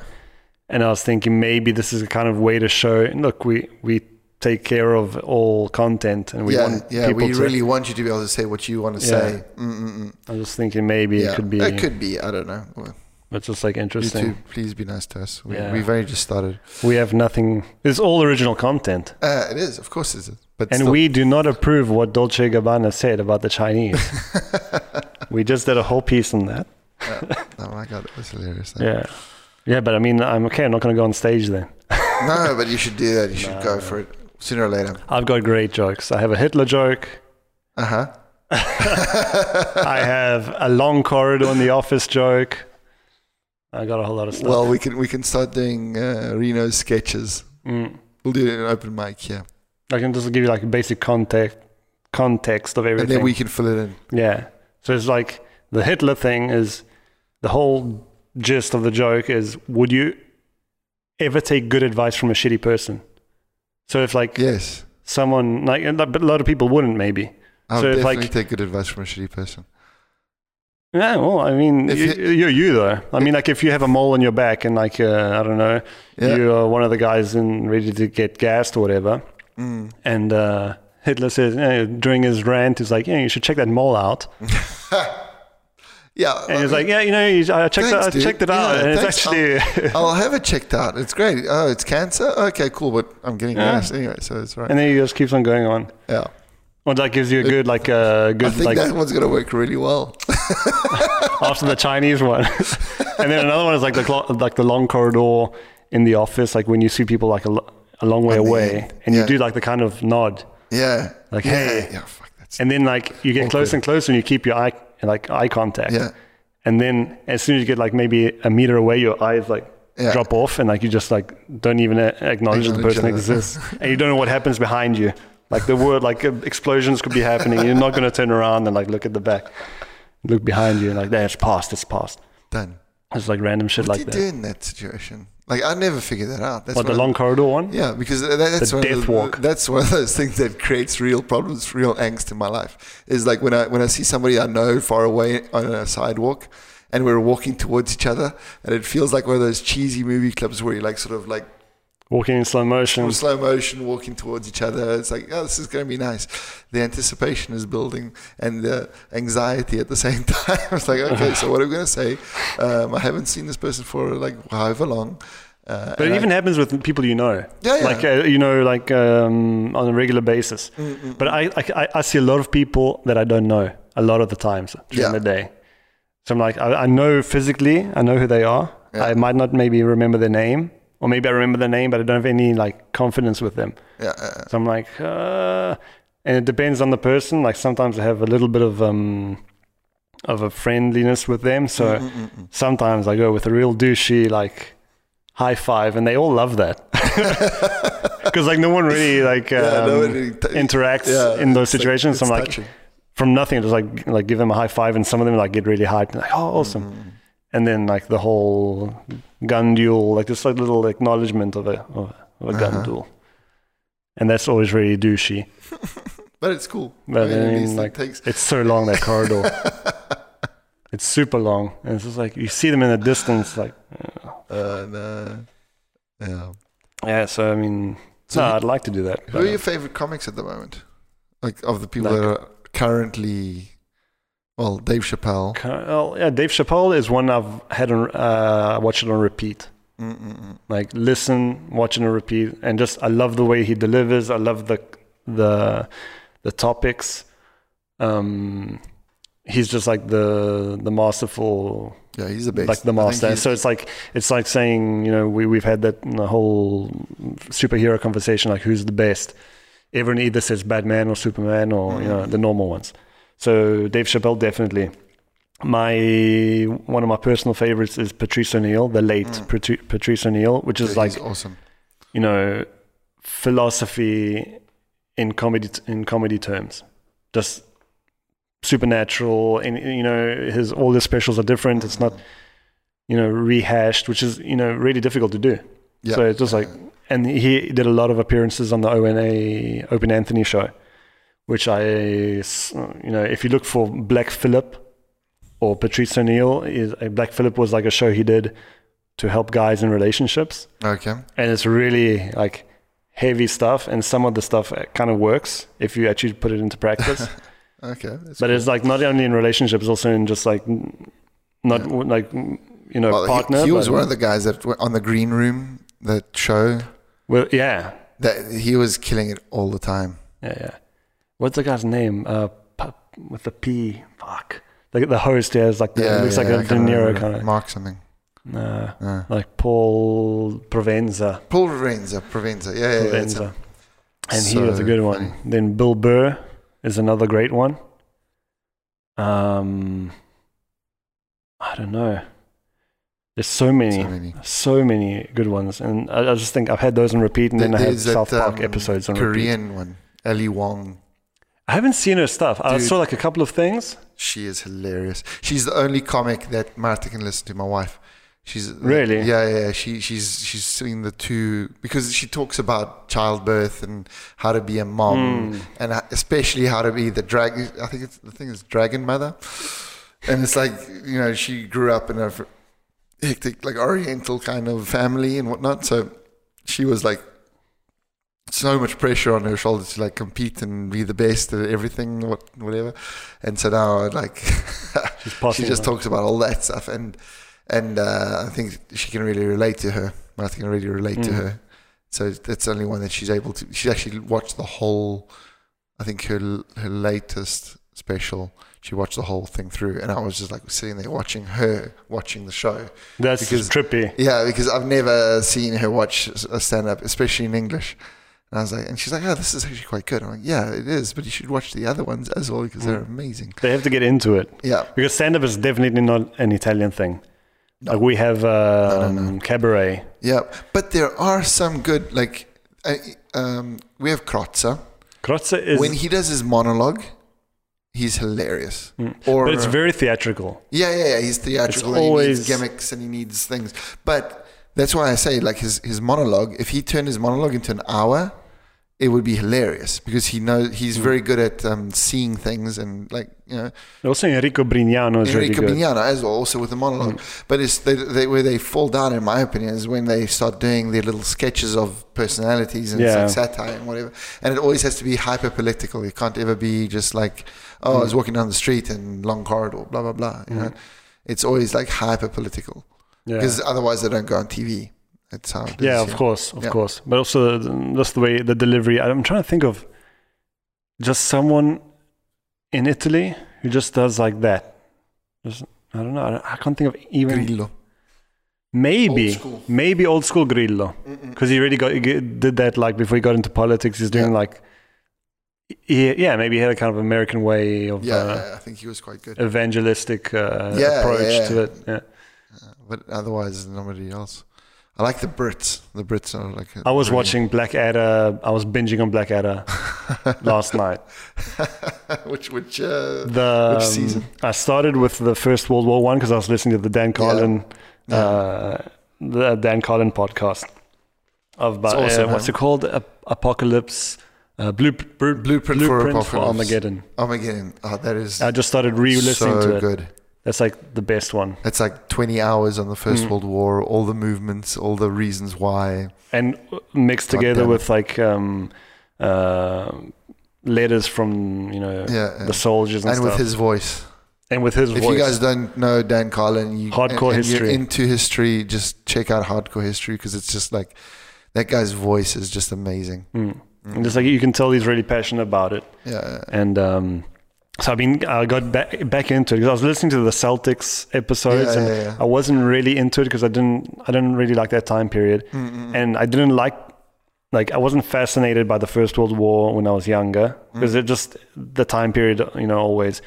[SPEAKER 2] And I was thinking maybe this is a kind of way to show look we we take care of all content and we want
[SPEAKER 1] yeah,
[SPEAKER 2] people
[SPEAKER 1] we
[SPEAKER 2] to.
[SPEAKER 1] really want you to be able to say what you want to
[SPEAKER 2] Yeah.
[SPEAKER 1] say. Mm-mm-mm.
[SPEAKER 2] I was thinking maybe it could be
[SPEAKER 1] It could be. I don't know. Well,
[SPEAKER 2] it's just like
[SPEAKER 1] You
[SPEAKER 2] interesting.
[SPEAKER 1] two, please be nice to us. We,
[SPEAKER 2] Yeah.
[SPEAKER 1] We've only just started.
[SPEAKER 2] We have nothing. It's all original content.
[SPEAKER 1] Uh, it is, of course, it is. But
[SPEAKER 2] And
[SPEAKER 1] still-
[SPEAKER 2] we do not approve what Dolce Gabbana said about the Chinese. we just did a whole piece on that.
[SPEAKER 1] Oh my god, that was hilarious. eh?
[SPEAKER 2] Yeah. Yeah, but I mean, I'm okay. I'm not going to go on stage then.
[SPEAKER 1] No, but you should do that. You should go for it sooner or later.
[SPEAKER 2] I've got great jokes. I have a Hitler joke.
[SPEAKER 1] Uh huh.
[SPEAKER 2] Uh-huh. I have a long corridor in the office joke. I got a whole lot of stuff.
[SPEAKER 1] Well, we can we can start doing uh, Reno's sketches.
[SPEAKER 2] Mm.
[SPEAKER 1] We'll do it in an open mic, yeah,
[SPEAKER 2] I can just give you like a basic context context of
[SPEAKER 1] and
[SPEAKER 2] everything.
[SPEAKER 1] then we can fill it in.
[SPEAKER 2] yeah. So it's like the Hitler thing is the whole gist of the joke is would you ever take good advice from a shitty person? So if like
[SPEAKER 1] Yes,
[SPEAKER 2] someone like but a lot of people wouldn't maybe.
[SPEAKER 1] I would
[SPEAKER 2] So if, like-
[SPEAKER 1] definitely take good advice from a shitty person.
[SPEAKER 2] Yeah, well, I mean,
[SPEAKER 1] If
[SPEAKER 2] you,
[SPEAKER 1] you-
[SPEAKER 2] you're you though. I mean, like if you have a mole on your back and like uh, I don't know,
[SPEAKER 1] Yeah.
[SPEAKER 2] you are one of the guys in ready to get gassed or whatever,
[SPEAKER 1] Mm.
[SPEAKER 2] and uh, Hitler says eh, during his rant, he's like, "Yeah, you should check that mole out,"
[SPEAKER 1] Yeah, uh,
[SPEAKER 2] and
[SPEAKER 1] I
[SPEAKER 2] he's
[SPEAKER 1] mean-
[SPEAKER 2] like, "Yeah, you know, you- I checked
[SPEAKER 1] Thanks,
[SPEAKER 2] it, I
[SPEAKER 1] dude.
[SPEAKER 2] checked it out,
[SPEAKER 1] Yeah,
[SPEAKER 2] and it's
[SPEAKER 1] thanks.
[SPEAKER 2] actually."
[SPEAKER 1] I'll have it checked out. It's great. Oh, it's cancer. Okay, cool. But I'm getting
[SPEAKER 2] Yeah.
[SPEAKER 1] gas anyway, so it's right.
[SPEAKER 2] and then he just keeps on going on,
[SPEAKER 1] Yeah,
[SPEAKER 2] or like gives you a good like uh,
[SPEAKER 1] I
[SPEAKER 2] good
[SPEAKER 1] think
[SPEAKER 2] like
[SPEAKER 1] that one's gonna work really well.
[SPEAKER 2] after the Chinese one, and then another one is like the clo- like the long corridor in the office, like when you see people like a, lo- a long way
[SPEAKER 1] On the
[SPEAKER 2] away,
[SPEAKER 1] end.
[SPEAKER 2] and
[SPEAKER 1] Yeah.
[SPEAKER 2] you do like the kind of nod.
[SPEAKER 1] Yeah.
[SPEAKER 2] Like,
[SPEAKER 1] yeah,
[SPEAKER 2] hey.
[SPEAKER 1] Yeah. Fuck that's.
[SPEAKER 2] and then like you get closer and closer and you keep your eye like eye contact
[SPEAKER 1] Yeah.
[SPEAKER 2] and then as soon as you get like maybe a meter away your eyes like
[SPEAKER 1] Yeah.
[SPEAKER 2] drop off and like you just like don't even a- acknowledge that the
[SPEAKER 1] Acknowledge
[SPEAKER 2] person
[SPEAKER 1] it.
[SPEAKER 2] exists and you don't know what happens behind you like the word like uh, explosions could be happening you're not going to turn around and like look at the back look behind you and like that's past it's past
[SPEAKER 1] Done.
[SPEAKER 2] it's like random shit
[SPEAKER 1] What do
[SPEAKER 2] like
[SPEAKER 1] you
[SPEAKER 2] that
[SPEAKER 1] do in that situation? Like, I never figured that out. That's
[SPEAKER 2] but the
[SPEAKER 1] one
[SPEAKER 2] long corridor one
[SPEAKER 1] Of, yeah, because that, that's
[SPEAKER 2] The
[SPEAKER 1] one of
[SPEAKER 2] death walk.
[SPEAKER 1] that's one of those things that creates real problems, real angst in my life. Is like when I when I see somebody I know far away on a sidewalk. And we're walking towards each other, and it feels like one of those cheesy movie clips where you like sort of like
[SPEAKER 2] walking in slow motion
[SPEAKER 1] from slow motion walking towards each other. It's like, oh, this is going to be nice. The anticipation is building and the anxiety at the same time. it's like, okay, so what am I going to say? Um, I haven't seen this person for like however long. Uh,
[SPEAKER 2] but
[SPEAKER 1] and
[SPEAKER 2] it
[SPEAKER 1] I-
[SPEAKER 2] even happens with people you know
[SPEAKER 1] Yeah, yeah.
[SPEAKER 2] like uh, you know like um, on a regular basis
[SPEAKER 1] Mm,
[SPEAKER 2] But I, I, I see a lot of people that I don't know a lot of the times during
[SPEAKER 1] Yeah.
[SPEAKER 2] the day. So I'm like, I, I know physically, I know who they are.
[SPEAKER 1] Yeah.
[SPEAKER 2] I might not maybe remember their name, or maybe I remember their name, but I don't have any like confidence with them.
[SPEAKER 1] yeah, uh,
[SPEAKER 2] So I'm like, uh, and it depends on the person. Like sometimes I have a little bit of um, of a friendliness with them. So
[SPEAKER 1] Mm,
[SPEAKER 2] sometimes I go with a real douchey like high five, and they all love that because like no one really like um,
[SPEAKER 1] yeah, no, it- it-
[SPEAKER 2] interacts
[SPEAKER 1] yeah,
[SPEAKER 2] in those
[SPEAKER 1] it's like-
[SPEAKER 2] situations.
[SPEAKER 1] it's
[SPEAKER 2] so I'm like
[SPEAKER 1] touching.
[SPEAKER 2] from nothing, just like like give them a high five, and some of them like get really hyped, like oh awesome,
[SPEAKER 1] Mm,
[SPEAKER 2] and then like the whole gun duel, like just like little acknowledgement of a of a- of a gun
[SPEAKER 1] Uh-huh.
[SPEAKER 2] duel, and that's always really douchey.
[SPEAKER 1] but it's cool.
[SPEAKER 2] But
[SPEAKER 1] at
[SPEAKER 2] then,
[SPEAKER 1] least it
[SPEAKER 2] like,
[SPEAKER 1] takes.
[SPEAKER 2] It's so long that corridor, it's super long, and it's just like you see them in the distance, like
[SPEAKER 1] Uh, no. Yeah.
[SPEAKER 2] yeah. So I mean,
[SPEAKER 1] So
[SPEAKER 2] no,
[SPEAKER 1] who-
[SPEAKER 2] I'd like to do that.
[SPEAKER 1] Who are
[SPEAKER 2] but,
[SPEAKER 1] your favorite comics at the moment? like of the people
[SPEAKER 2] Like-
[SPEAKER 1] that are currently, well, Dave Chappelle.
[SPEAKER 2] uh, Well, yeah, Dave Chappelle is one I've had on, uh, watched it on repeat.
[SPEAKER 1] Mm-mm-mm.
[SPEAKER 2] Like listen, watch it on repeat, and just I love the way he delivers. I love the the the topics. Um, he's just like the the masterful
[SPEAKER 1] Yeah, he's the best.
[SPEAKER 2] like the
[SPEAKER 1] I think
[SPEAKER 2] master.
[SPEAKER 1] he's-
[SPEAKER 2] So it's like it's like saying you know we we've had that in the whole superhero conversation like who's the best. Everyone either says Batman or Superman or
[SPEAKER 1] Mm.
[SPEAKER 2] you know the normal ones. So Dave Chappelle definitely. My one of my personal favorites is Patrice O'Neill, the late Patri- Patrice O'Neill, which is
[SPEAKER 1] Mm. yeah,
[SPEAKER 2] like
[SPEAKER 1] he's awesome.
[SPEAKER 2] you know philosophy in comedy in comedy terms just supernatural and you know his all his specials are different it's not you know rehashed which is you know really difficult to do
[SPEAKER 1] Yeah.
[SPEAKER 2] so it's just like and he did a lot of appearances on the ona open anthony show which i s- you know if you look for black phillip or patrice o'neill is black phillip was like a show he did to help guys in relationships
[SPEAKER 1] Uh, Okay.
[SPEAKER 2] and it's really like heavy stuff and some of the stuff uh, kind of works if you actually put it into practice
[SPEAKER 1] Okay. that's
[SPEAKER 2] but it's like not only in relationships also in just like n- not w like n- you know
[SPEAKER 1] Well, he-
[SPEAKER 2] uh, partner
[SPEAKER 1] He, was
[SPEAKER 2] but-
[SPEAKER 1] one of the guys that were on the green room, that show.
[SPEAKER 2] well yeah
[SPEAKER 1] That he was killing it all the time.
[SPEAKER 2] yeah yeah what's the guy's name uh p- with the p fuck the, the host yeah is like the, it looks like
[SPEAKER 1] I
[SPEAKER 2] a de
[SPEAKER 1] can't
[SPEAKER 2] niro
[SPEAKER 1] remember.
[SPEAKER 2] kind of
[SPEAKER 1] Mark something.
[SPEAKER 2] no
[SPEAKER 1] Yeah.
[SPEAKER 2] like paul provenza
[SPEAKER 1] Paul Provenza. Provenza. Yeah, yeah, yeah. that's it.
[SPEAKER 2] Provenza. and he was a
[SPEAKER 1] So
[SPEAKER 2] good one.
[SPEAKER 1] funny.
[SPEAKER 2] Then Bill Burr is another great one. Um, I don't know. There's so many,
[SPEAKER 1] So
[SPEAKER 2] so many,
[SPEAKER 1] many.
[SPEAKER 2] good ones, and I, I just think I've had those on repeat, and then I had
[SPEAKER 1] There's that,
[SPEAKER 2] South Park
[SPEAKER 1] um,
[SPEAKER 2] episodes on repeat.
[SPEAKER 1] Korean one. Ellie Wong.
[SPEAKER 2] I haven't seen her stuff. I
[SPEAKER 1] Dude.
[SPEAKER 2] saw like a couple of things.
[SPEAKER 1] She is hilarious. She's the only comic that Marta can listen to. My wife. She's
[SPEAKER 2] Really?
[SPEAKER 1] yeah, yeah. She she's she's seen the two because she talks about childbirth and how to be a mom and ho- especially how to be the drag. I think it's the thing is dragon mother, and it's like you know she grew up in a fr- hectic like Oriental kind of family and whatnot. So she was like so much pressure on her shoulders to like compete and be the best at everything, what whatever. And so now like
[SPEAKER 2] She's passing.
[SPEAKER 1] she just
[SPEAKER 2] on.
[SPEAKER 1] talks about all that stuff and and uh, I think she can really relate to her. I can really relate to
[SPEAKER 2] Mm.
[SPEAKER 1] her. So that's the only one that she's able to. She's actually watched the whole. I think her her latest special. She watched the whole thing through, and I was just like sitting there watching her watching the show.
[SPEAKER 2] That's
[SPEAKER 1] because-
[SPEAKER 2] trippy.
[SPEAKER 1] Yeah, because I've never seen her watch a stand up, especially in English. And I was like, and she's like, oh, this is actually quite good. I'm like, yeah, it is, but you should watch the other ones as well because
[SPEAKER 2] Mm.
[SPEAKER 1] they're amazing.
[SPEAKER 2] They have to get into it.
[SPEAKER 1] Yeah,
[SPEAKER 2] Because stand up is definitely not an Italian thing. Like we have um, cabaret.
[SPEAKER 1] yeah. But there are some good, like, uh, um, we have Krotzer.
[SPEAKER 2] Crozza is,
[SPEAKER 1] when he does his monologue, he's hilarious. Or
[SPEAKER 2] Mm. but it's very theatrical.
[SPEAKER 1] Yeah, yeah, yeah. He's theatrical.
[SPEAKER 2] It's
[SPEAKER 1] and he
[SPEAKER 2] always-
[SPEAKER 1] needs gimmicks and he needs things. But that's why I say, like his his monologue. If he turned his monologue into an hour, it would be hilarious because he knows he's very good at um, seeing things and like you know
[SPEAKER 2] Also, Enrico Brignano is
[SPEAKER 1] Enrico
[SPEAKER 2] really good. Mm.
[SPEAKER 1] Bignano as well, also with the monologue. But it's they, they, where they fall down, in my opinion, is when they start doing their little sketches of personalities and it's
[SPEAKER 2] Yeah.
[SPEAKER 1] like satire and whatever. And it always has to be hyper political. It can't ever be just like, oh,
[SPEAKER 2] Mm.
[SPEAKER 1] I was walking down the street and long corridor, blah blah blah. You know, it's always like hyper political
[SPEAKER 2] Yeah,
[SPEAKER 1] because otherwise they don't go on TV. That's how. It is,
[SPEAKER 2] yeah of
[SPEAKER 1] here.
[SPEAKER 2] course, of
[SPEAKER 1] Yeah.
[SPEAKER 2] course. But also th- just the way the delivery. I'm trying to think of just someone in Italy who just does like that. Just, I don't know. I, don't- I can't think of even
[SPEAKER 1] Grillo.
[SPEAKER 2] maybe
[SPEAKER 1] Old school.
[SPEAKER 2] maybe old school Grillo because he really got he g- did that like before he got into politics. He's doing
[SPEAKER 1] Yeah.
[SPEAKER 2] like he, yeah, maybe he had a kind of American way of
[SPEAKER 1] Yeah,
[SPEAKER 2] uh,
[SPEAKER 1] yeah, I think he was quite good.
[SPEAKER 2] evangelistic uh,
[SPEAKER 1] Yeah,
[SPEAKER 2] approach
[SPEAKER 1] yeah.
[SPEAKER 2] to it. Yeah.
[SPEAKER 1] But otherwise, nobody else. I like the Brits. The Brits are like.
[SPEAKER 2] I was
[SPEAKER 1] really-
[SPEAKER 2] watching Blackadder. I was binging on Blackadder last night.
[SPEAKER 1] which which uh,
[SPEAKER 2] The
[SPEAKER 1] Which
[SPEAKER 2] um,
[SPEAKER 1] season?
[SPEAKER 2] I started with the First World War one because I was listening to the Dan Carlin, Uh, the Dan Carlin podcast of but,
[SPEAKER 1] awesome,
[SPEAKER 2] uh, what's
[SPEAKER 1] huh?
[SPEAKER 2] it called? Ap- Apocalypse. Uh, blueprint,
[SPEAKER 1] Blueprint for Apocalypse.
[SPEAKER 2] Armageddon.
[SPEAKER 1] Armageddon. Oh, that is
[SPEAKER 2] I just started re-listening
[SPEAKER 1] so
[SPEAKER 2] to it.
[SPEAKER 1] good.
[SPEAKER 2] That's like the best one.
[SPEAKER 1] It's like 20 hours on the First
[SPEAKER 2] Mm.
[SPEAKER 1] World War, all the movements, all the reasons why.
[SPEAKER 2] and uh, mixed together
[SPEAKER 1] damn it.
[SPEAKER 2] with like um, uh, letters from you know
[SPEAKER 1] Yeah, yeah.
[SPEAKER 2] the soldiers and,
[SPEAKER 1] and with
[SPEAKER 2] stuff.
[SPEAKER 1] his voice.
[SPEAKER 2] and with his
[SPEAKER 1] If
[SPEAKER 2] voice.
[SPEAKER 1] you guys don't know Dan Carlin, you,
[SPEAKER 2] Hardcore
[SPEAKER 1] and- and
[SPEAKER 2] history.
[SPEAKER 1] You're into history, just check out hardcore history because it's just like that guy's voice is just amazing.
[SPEAKER 2] Mm. And just like you can tell, he's really passionate about it.
[SPEAKER 1] Yeah,
[SPEAKER 2] And um, so I mean, I got back back into it because I was listening to the Celtics episodes,
[SPEAKER 1] Yeah,
[SPEAKER 2] and
[SPEAKER 1] yeah, yeah.
[SPEAKER 2] I wasn't really into it because I didn't I didn't really like that time period,
[SPEAKER 1] Mm,
[SPEAKER 2] and I didn't like like I wasn't fascinated by the First World War when I was younger
[SPEAKER 1] Mm.
[SPEAKER 2] because it just the time period, you know, always.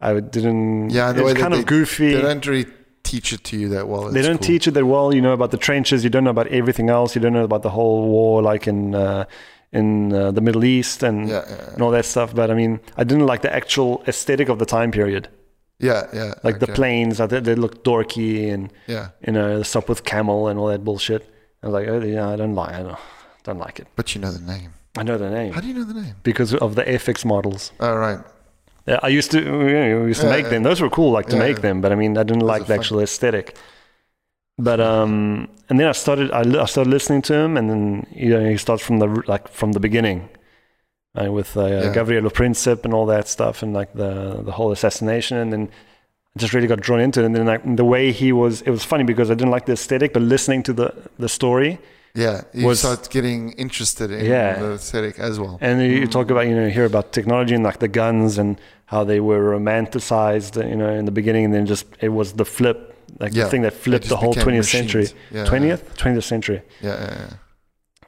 [SPEAKER 2] I didn't.
[SPEAKER 1] yeah. And the
[SPEAKER 2] it's
[SPEAKER 1] way that
[SPEAKER 2] kind
[SPEAKER 1] they,
[SPEAKER 2] of goofy.
[SPEAKER 1] They don't really teach it to you that well.
[SPEAKER 2] They
[SPEAKER 1] It's
[SPEAKER 2] don't
[SPEAKER 1] cool.
[SPEAKER 2] teach it that well. You know about the trenches. You don't know about everything else. You don't know about the whole war, like in uh, in uh, the Middle East and
[SPEAKER 1] Yeah, yeah, yeah.
[SPEAKER 2] and all that stuff. But I mean, I didn't like the actual aesthetic of the time period,
[SPEAKER 1] Yeah, yeah.
[SPEAKER 2] like the
[SPEAKER 1] okay.
[SPEAKER 2] planes. I thought they looked dorky and
[SPEAKER 1] Yeah,
[SPEAKER 2] you know the stuff with camel and all that bullshit. I was like, oh, yeah, I don't like, I don't, don't like it.
[SPEAKER 1] but you know the name.
[SPEAKER 2] I know the name
[SPEAKER 1] How do you know the name?
[SPEAKER 2] because of the FX models.
[SPEAKER 1] All right.
[SPEAKER 2] Yeah, I used to you know, we used to
[SPEAKER 1] Yeah,
[SPEAKER 2] make
[SPEAKER 1] yeah.
[SPEAKER 2] them. Those were cool, like to
[SPEAKER 1] Yeah,
[SPEAKER 2] make
[SPEAKER 1] yeah.
[SPEAKER 2] them. But I mean, I didn't like
[SPEAKER 1] are
[SPEAKER 2] the
[SPEAKER 1] fun.
[SPEAKER 2] actual aesthetic. But um, and then I started. I, li- I started listening to him, and then you know he starts from the r- like from the beginning, uh, with uh,
[SPEAKER 1] Yeah.
[SPEAKER 2] Gabriel Princip and all that stuff, and like the the whole assassination, and then I just really got drawn into it. And then like the way he was, it was funny because I didn't like the aesthetic, but listening to the the story,
[SPEAKER 1] Yeah, you
[SPEAKER 2] Was-
[SPEAKER 1] start getting interested in
[SPEAKER 2] Yeah.
[SPEAKER 1] the aesthetic as well.
[SPEAKER 2] And you talk about, you know, you hear about technology and like the guns and how they were romanticized, you know, in the beginning, and then just it was the flip, like
[SPEAKER 1] Yeah.
[SPEAKER 2] the thing that flipped
[SPEAKER 1] just
[SPEAKER 2] the whole
[SPEAKER 1] became
[SPEAKER 2] 20th century,
[SPEAKER 1] machines. Yeah.
[SPEAKER 2] 20th, 20th century.
[SPEAKER 1] yeah, yeah,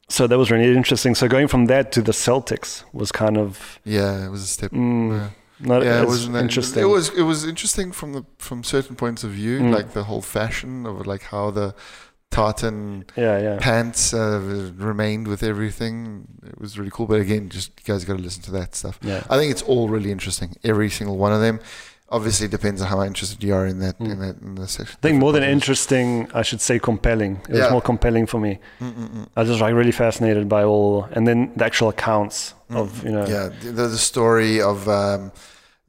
[SPEAKER 2] So that was really interesting. So going from that to the Celtics was kind of
[SPEAKER 1] yeah, yeah. It was a step.
[SPEAKER 2] mm,
[SPEAKER 1] Yeah.
[SPEAKER 2] not
[SPEAKER 1] yeah,
[SPEAKER 2] as
[SPEAKER 1] it wasn't that-
[SPEAKER 2] interesting.
[SPEAKER 1] It was it was interesting from the from certain points of view,
[SPEAKER 2] Mm.
[SPEAKER 1] like the whole fashion of like how the tartan
[SPEAKER 2] yeah, yeah,
[SPEAKER 1] pants uh, remained with everything. It was really cool. But again, just you guys got to listen to that stuff.
[SPEAKER 2] yeah.
[SPEAKER 1] I think it's all really interesting. Every single one of them. Obviously, it depends on how interested you are in that
[SPEAKER 2] Mm.
[SPEAKER 1] in that in the section.
[SPEAKER 2] I think more than interesting, I should say compelling. It
[SPEAKER 1] Yeah.
[SPEAKER 2] was more compelling for me.
[SPEAKER 1] Mm-mm-mm.
[SPEAKER 2] I was just like really fascinated by all, and then the actual accounts of you know,
[SPEAKER 1] Mm. Yeah, the, the story of um,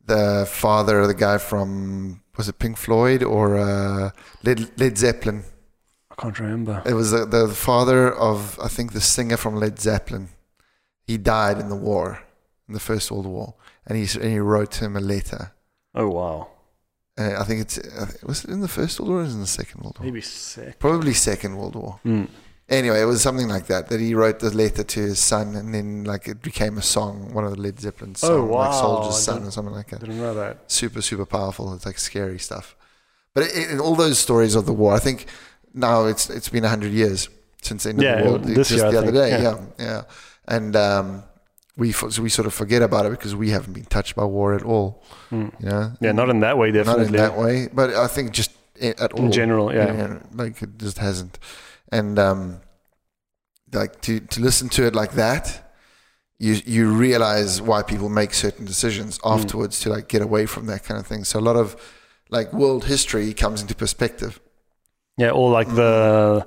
[SPEAKER 1] the father, of the guy from was it Pink Floyd or uh, Led, Led Zeppelin?
[SPEAKER 2] I can't remember.
[SPEAKER 1] It was the, the father of I think the singer from Led Zeppelin. He died in the war, in the First World War, and he s- and he wrote him a letter.
[SPEAKER 2] Oh wow,
[SPEAKER 1] Uh, I think it's I think- was it in the First World War or was it in the Second World War?
[SPEAKER 2] maybe sick.
[SPEAKER 1] Probably Second World War.
[SPEAKER 2] Mm.
[SPEAKER 1] Anyway, it was something like that that he wrote the letter to his son, and then like it became a song, one of the Led Zeppelin songs,
[SPEAKER 2] Oh,
[SPEAKER 1] like
[SPEAKER 2] wow.
[SPEAKER 1] Soldier's
[SPEAKER 2] I
[SPEAKER 1] Son
[SPEAKER 2] didn't-
[SPEAKER 1] or something like that.
[SPEAKER 2] Didn't know that.
[SPEAKER 1] super super powerful. It's like scary stuff. But i- in all those stories of the war, I think now it's it's been hundred years since the end
[SPEAKER 2] Yeah,
[SPEAKER 1] of the war.
[SPEAKER 2] this
[SPEAKER 1] just
[SPEAKER 2] year, I
[SPEAKER 1] the other
[SPEAKER 2] think,
[SPEAKER 1] day, yeah,
[SPEAKER 2] yeah.
[SPEAKER 1] yeah. And um, we fo- so we sort of forget about it because we haven't been touched by war at all.
[SPEAKER 2] Mm.
[SPEAKER 1] You know,
[SPEAKER 2] Yeah, not in that way,
[SPEAKER 1] Hmm. Not in
[SPEAKER 2] definitely.
[SPEAKER 1] that way. But I think just i- at all
[SPEAKER 2] in general, yeah.
[SPEAKER 1] you know, like it just hasn't. And um, like to to listen to it like that, you you realize why people make certain decisions
[SPEAKER 2] Mm.
[SPEAKER 1] afterwards to like get away from that kind of thing. So a lot of like world history comes into perspective.
[SPEAKER 2] Yeah, or like the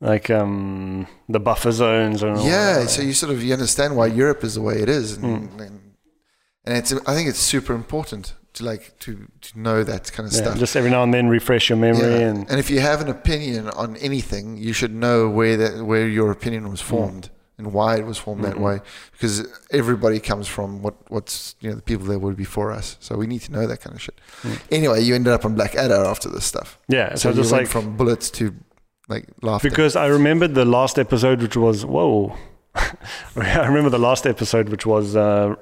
[SPEAKER 2] like um the buffer zones and all
[SPEAKER 1] yeah,
[SPEAKER 2] that.
[SPEAKER 1] so you sort of you understand why Europe is the way it is, and
[SPEAKER 2] Mm.
[SPEAKER 1] and, and it's I think it's super important to like to to know that kind of
[SPEAKER 2] Yeah,
[SPEAKER 1] stuff.
[SPEAKER 2] just every now and then refresh your memory
[SPEAKER 1] Yeah.
[SPEAKER 2] and
[SPEAKER 1] if you have an opinion on anything, you should know where that where your opinion
[SPEAKER 2] Mm.
[SPEAKER 1] was formed and why it was formed that way. Because everybody comes from what what's you know the people that were before us, so we need to know that kind of shit. Anyway, you ended up on Blackadder after this stuff,
[SPEAKER 2] Mm. yeah,
[SPEAKER 1] so,
[SPEAKER 2] so,
[SPEAKER 1] you
[SPEAKER 2] just
[SPEAKER 1] went
[SPEAKER 2] like
[SPEAKER 1] from bullets to like laughter.
[SPEAKER 2] because I remembered the last episode which was whoa. I remember the last episode which was uh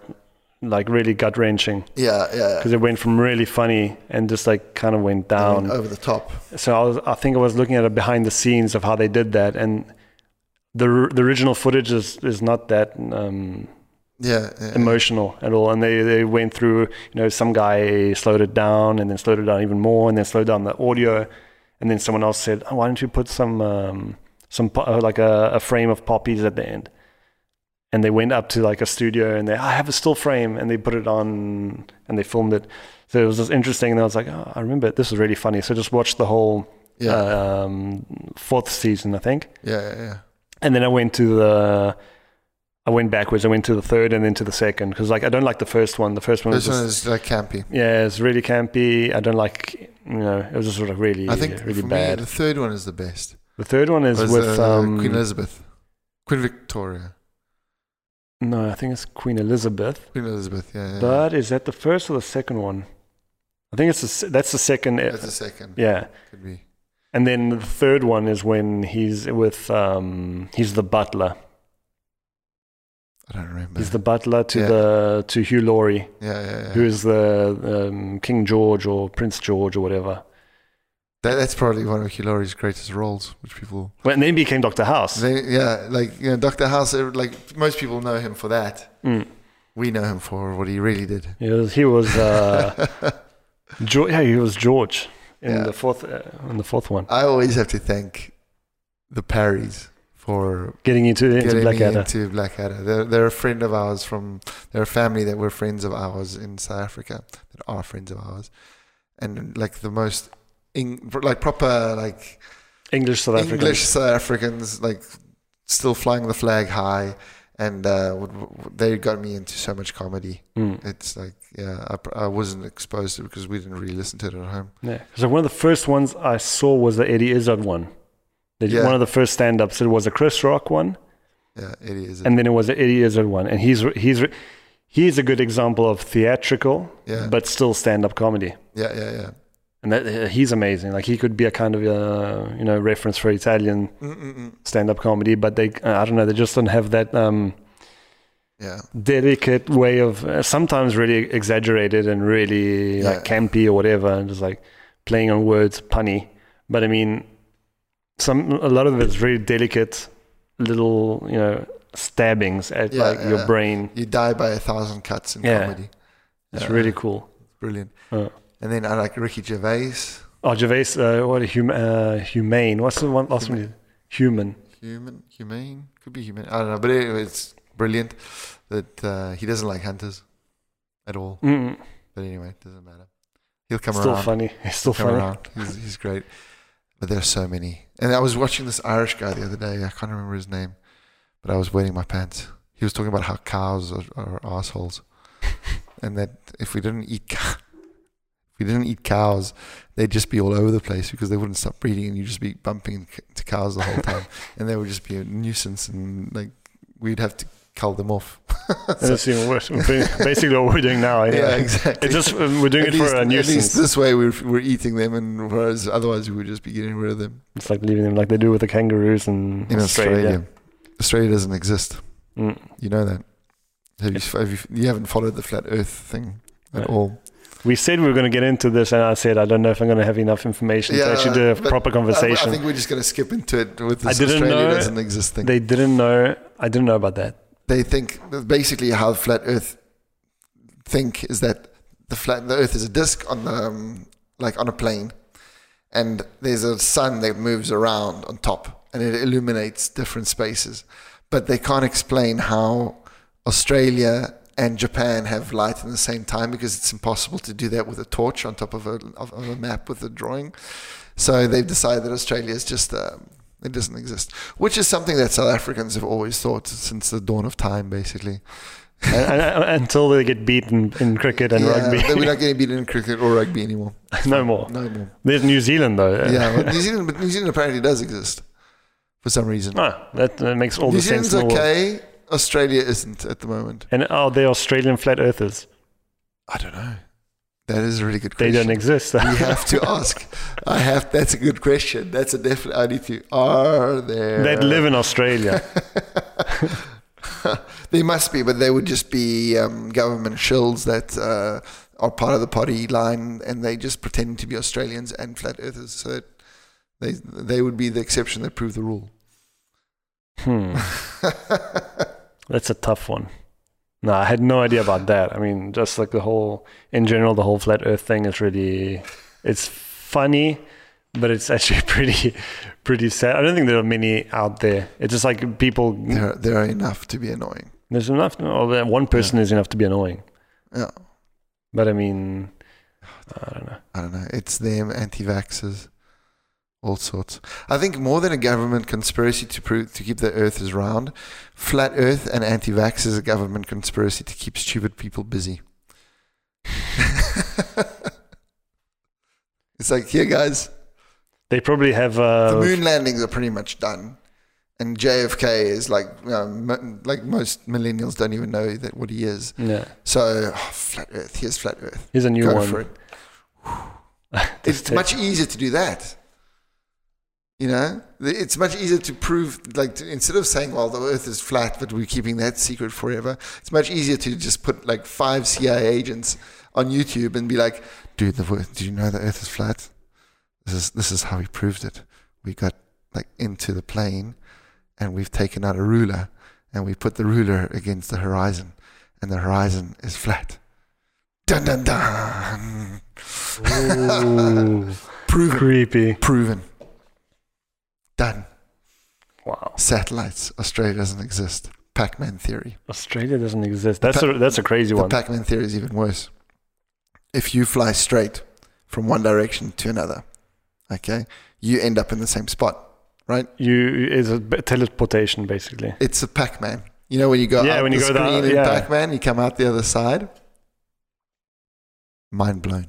[SPEAKER 2] like really gut wrenching
[SPEAKER 1] yeah, yeah,
[SPEAKER 2] because it went from really funny and just like kind of went
[SPEAKER 1] I mean,
[SPEAKER 2] down.
[SPEAKER 1] over the top.
[SPEAKER 2] so I, was, I think I was looking at a behind the scenes of how they did that, and the r- the original footage is is not that um,
[SPEAKER 1] Yeah, yeah.
[SPEAKER 2] emotional at all. And they they went through, you know, some guy slowed it down and then slowed it down even more, and then slowed down the audio, and then someone else said, oh, "Why don't you put some um, some po- uh, like a, a frame of poppies at the end?" And they went up to like a studio and they, I have a still frame, and they put it on and they filmed it. So it was just interesting, and I was like, oh, I remember it. this was really funny. So just watched the whole
[SPEAKER 1] yeah,
[SPEAKER 2] um, fourth season, I think.
[SPEAKER 1] yeah, yeah, yeah.
[SPEAKER 2] And then I went to the, I went backwards. I went to the third and then to the second because like I don't like the first one. The first one
[SPEAKER 1] This
[SPEAKER 2] was
[SPEAKER 1] one
[SPEAKER 2] just,
[SPEAKER 1] is like campy.
[SPEAKER 2] yeah, it's really campy. I don't like you know it was just sort of really
[SPEAKER 1] I think
[SPEAKER 2] really
[SPEAKER 1] for
[SPEAKER 2] bad.
[SPEAKER 1] me, the third one is the best.
[SPEAKER 2] the third one is
[SPEAKER 1] Was,
[SPEAKER 2] with
[SPEAKER 1] uh,
[SPEAKER 2] um,
[SPEAKER 1] Queen Elizabeth, Queen Victoria.
[SPEAKER 2] No, I think it's Queen Elizabeth.
[SPEAKER 1] Queen Elizabeth, yeah. yeah.
[SPEAKER 2] But is that the first or the second one? I think it's the, se- that's the second. uh,
[SPEAKER 1] that's the second.
[SPEAKER 2] yeah.
[SPEAKER 1] Could be.
[SPEAKER 2] And then the third one is when he's with um he's the butler.
[SPEAKER 1] I don't remember.
[SPEAKER 2] He's the butler to
[SPEAKER 1] Yeah.
[SPEAKER 2] the to Hugh Laurie,
[SPEAKER 1] yeah, yeah, yeah.
[SPEAKER 2] who is the um, King George or Prince George or whatever.
[SPEAKER 1] That, that's probably one of Hillari's greatest roles, which people.
[SPEAKER 2] Well, and then he became Doctor House.
[SPEAKER 1] They, yeah, like you know, Doctor House. uh, Like most people know him for that.
[SPEAKER 2] Mm.
[SPEAKER 1] We know him for what he really did.
[SPEAKER 2] He was he was uh, George, yeah he was George in
[SPEAKER 1] Yeah.
[SPEAKER 2] the fourth uh, in the fourth one,
[SPEAKER 1] I always have to thank the Parries for
[SPEAKER 2] getting into into
[SPEAKER 1] getting me
[SPEAKER 2] Blackadder.
[SPEAKER 1] into Blackadder. They're, they're a friend of ours from. They're a family that were friends of ours in South Africa that are friends of ours, and like the most, in, like proper like
[SPEAKER 2] English South African.
[SPEAKER 1] English South Africans, like still flying the flag high, and uh, would- would- they got me into so much comedy.
[SPEAKER 2] Mm.
[SPEAKER 1] It's like, yeah, I, pr- I wasn't exposed to it because we didn't really listen to it at home.
[SPEAKER 2] Yeah. So one of the first ones I saw was the Eddie Izzard one. They did
[SPEAKER 1] Yeah.
[SPEAKER 2] One of the first stand-ups. It was a Chris Rock one,
[SPEAKER 1] Yeah, it is.
[SPEAKER 2] and then it was an Eddie Izzard one. And he's he's he's a good example of theatrical,
[SPEAKER 1] Yeah.
[SPEAKER 2] but still stand-up comedy.
[SPEAKER 1] yeah, yeah, yeah.
[SPEAKER 2] And that, uh, he's amazing. Like he could be a kind of uh, you know reference for Italian
[SPEAKER 1] Mm-mm-mm.
[SPEAKER 2] stand-up comedy, but they uh, I don't know they just don't have that um,
[SPEAKER 1] Yeah,
[SPEAKER 2] delicate way of uh, sometimes really exaggerated and really like
[SPEAKER 1] Yeah.
[SPEAKER 2] campy or whatever and just like playing on words punny but i mean some a lot of it's very delicate little you know stabbings at
[SPEAKER 1] Yeah,
[SPEAKER 2] like your
[SPEAKER 1] yeah.
[SPEAKER 2] brain
[SPEAKER 1] you die by a thousand cuts in
[SPEAKER 2] Yeah.
[SPEAKER 1] comedy.
[SPEAKER 2] it's
[SPEAKER 1] Yeah.
[SPEAKER 2] really cool
[SPEAKER 1] Brilliant.
[SPEAKER 2] Uh.
[SPEAKER 1] And then I like Ricky Gervais,
[SPEAKER 2] oh gervais uh, what a hum- uh, humane what's the one last one he did? human
[SPEAKER 1] human, humane, could be human. I don't know, but anyway, it's brilliant that uh, he doesn't like hunters at all.
[SPEAKER 2] Mm,
[SPEAKER 1] But anyway, it doesn't matter. He'll come
[SPEAKER 2] still
[SPEAKER 1] around.
[SPEAKER 2] funny it's still
[SPEAKER 1] come
[SPEAKER 2] funny
[SPEAKER 1] around. He's, he's great. But there's so many. And I was watching this Irish guy the other day. I can't remember his name, but I was wetting my pants. He was talking about how cows are, are assholes, and that if we didn't eat cow, if we didn't eat cows, they'd just be all over the place because they wouldn't stop breeding, and you'd just be bumping into c- to cows the whole time, and they would just be a nuisance, and like we'd have to cull them off.
[SPEAKER 2] And it's even worse. basically what we're doing now anyway.
[SPEAKER 1] yeah, exactly.
[SPEAKER 2] it's just we're doing
[SPEAKER 1] At
[SPEAKER 2] it
[SPEAKER 1] least-
[SPEAKER 2] for a
[SPEAKER 1] At least
[SPEAKER 2] nuisance
[SPEAKER 1] this way we're, we're eating them, and whereas otherwise we would just be getting rid of them.
[SPEAKER 2] it's like leaving them like they do with the kangaroos in,
[SPEAKER 1] In Australia,
[SPEAKER 2] australia.
[SPEAKER 1] Australia, doesn't exist.
[SPEAKER 2] Mm.
[SPEAKER 1] You know that. Have you, have you, you haven't followed the flat Earth thing at
[SPEAKER 2] Right.
[SPEAKER 1] all.
[SPEAKER 2] We said we were going to get into this, and I said I don't know if I'm going to have enough information to
[SPEAKER 1] Yeah,
[SPEAKER 2] actually do a
[SPEAKER 1] but
[SPEAKER 2] proper
[SPEAKER 1] I, I
[SPEAKER 2] conversation.
[SPEAKER 1] think we're just going to skip into it with
[SPEAKER 2] I
[SPEAKER 1] this
[SPEAKER 2] didn't
[SPEAKER 1] Australia
[SPEAKER 2] know-
[SPEAKER 1] doesn't exist thing. They,
[SPEAKER 2] They didn't know. I didn't know about that.
[SPEAKER 1] think that basically how flat Earth think is that the flat the Earth is a disc on the um, like on a plane, and there's a sun that moves around on top and it illuminates different spaces. But they can't explain how Australia and Japan have light in the same time because it's impossible to do that with a torch on top of a, of, of a map with a drawing. So they've decided that Australia is just, um, it doesn't exist, which is something that South Africans have always thought since the dawn of time, basically.
[SPEAKER 2] And- and- until they get beaten in cricket and
[SPEAKER 1] Yeah, that We're
[SPEAKER 2] rugby,
[SPEAKER 1] not getting beaten in cricket or rugby anymore.
[SPEAKER 2] no more.
[SPEAKER 1] No more.
[SPEAKER 2] There's New Zealand though.
[SPEAKER 1] Yeah, well, New Zealand, but New Zealand apparently does exist for some reason.
[SPEAKER 2] Ah, that, that makes all
[SPEAKER 1] New
[SPEAKER 2] the sense.
[SPEAKER 1] Zealand's
[SPEAKER 2] In the world.
[SPEAKER 1] okay. Australia isn't at the moment.
[SPEAKER 2] And are they Australian flat earthers?
[SPEAKER 1] I don't know. That is a really good
[SPEAKER 2] They
[SPEAKER 1] question.
[SPEAKER 2] don't exist.
[SPEAKER 1] We have to ask. I have. That's a good question. That's a definite. I need to. Are there?
[SPEAKER 2] They live in Australia.
[SPEAKER 1] They must be, but they would just be um, government shills that uh, are part of the party line, and they just pretend to be Australians and flat earthers. So that they they would be the exception that prove the rule.
[SPEAKER 2] Hmm. That's a tough one. No, I had no idea about that. I mean, just like the whole, in general, the whole flat Earth thing is really, it's funny, but it's actually pretty, pretty sad. I don't think there are many out there. It's just like people.
[SPEAKER 1] there, there are enough to be annoying.
[SPEAKER 2] There's enough. oh, that One person is enough to be annoying.
[SPEAKER 1] Yeah,
[SPEAKER 2] But I mean, I don't know.
[SPEAKER 1] I don't know. It's them, anti-vaxxers, all sorts. I think more than a government conspiracy to prove to keep the Earth is round, flat Earth and anti-vax is a government conspiracy to keep stupid people busy. it's like here, guys.
[SPEAKER 2] They probably have.
[SPEAKER 1] The
[SPEAKER 2] Uh,
[SPEAKER 1] moon landings are pretty much done. and JFK is like you know, mo- like most millennials don't even know that what he is.
[SPEAKER 2] Yeah.
[SPEAKER 1] So oh, flat Earth, here's flat Earth.
[SPEAKER 2] Here's a new
[SPEAKER 1] Go
[SPEAKER 2] one.
[SPEAKER 1] for it.
[SPEAKER 2] This
[SPEAKER 1] it's
[SPEAKER 2] takes-
[SPEAKER 1] much easier to do that. You know, The- it's much easier to prove, like, to, instead of saying, well, the earth is flat, but we're keeping that secret forever, it's much easier to just put like five CIA agents on YouTube and be like, dude, the, wo- do you know the earth is flat? This is, this is how we proved it. We got like into the plane and we've taken out a ruler and we put the ruler against the horizon and the horizon is flat. Dun dun dun.
[SPEAKER 2] Ooh,
[SPEAKER 1] Proven.
[SPEAKER 2] creepy.
[SPEAKER 1] Proven. Done.
[SPEAKER 2] Wow.
[SPEAKER 1] Satellites. Australia doesn't exist. Pac Man theory.
[SPEAKER 2] Australia doesn't exist. That's
[SPEAKER 1] pa-
[SPEAKER 2] a that's a crazy
[SPEAKER 1] The
[SPEAKER 2] one.
[SPEAKER 1] Pac Man theory is even worse. If you fly straight from one direction to another, okay, you end up in the same spot.
[SPEAKER 2] you is a b- teleportation basically.
[SPEAKER 1] It's a Pac Man. You know when you go
[SPEAKER 2] Yeah,
[SPEAKER 1] out
[SPEAKER 2] when
[SPEAKER 1] the
[SPEAKER 2] you go
[SPEAKER 1] screen
[SPEAKER 2] down-
[SPEAKER 1] in
[SPEAKER 2] yeah.
[SPEAKER 1] Pac Man, you come out the other side. Mind blown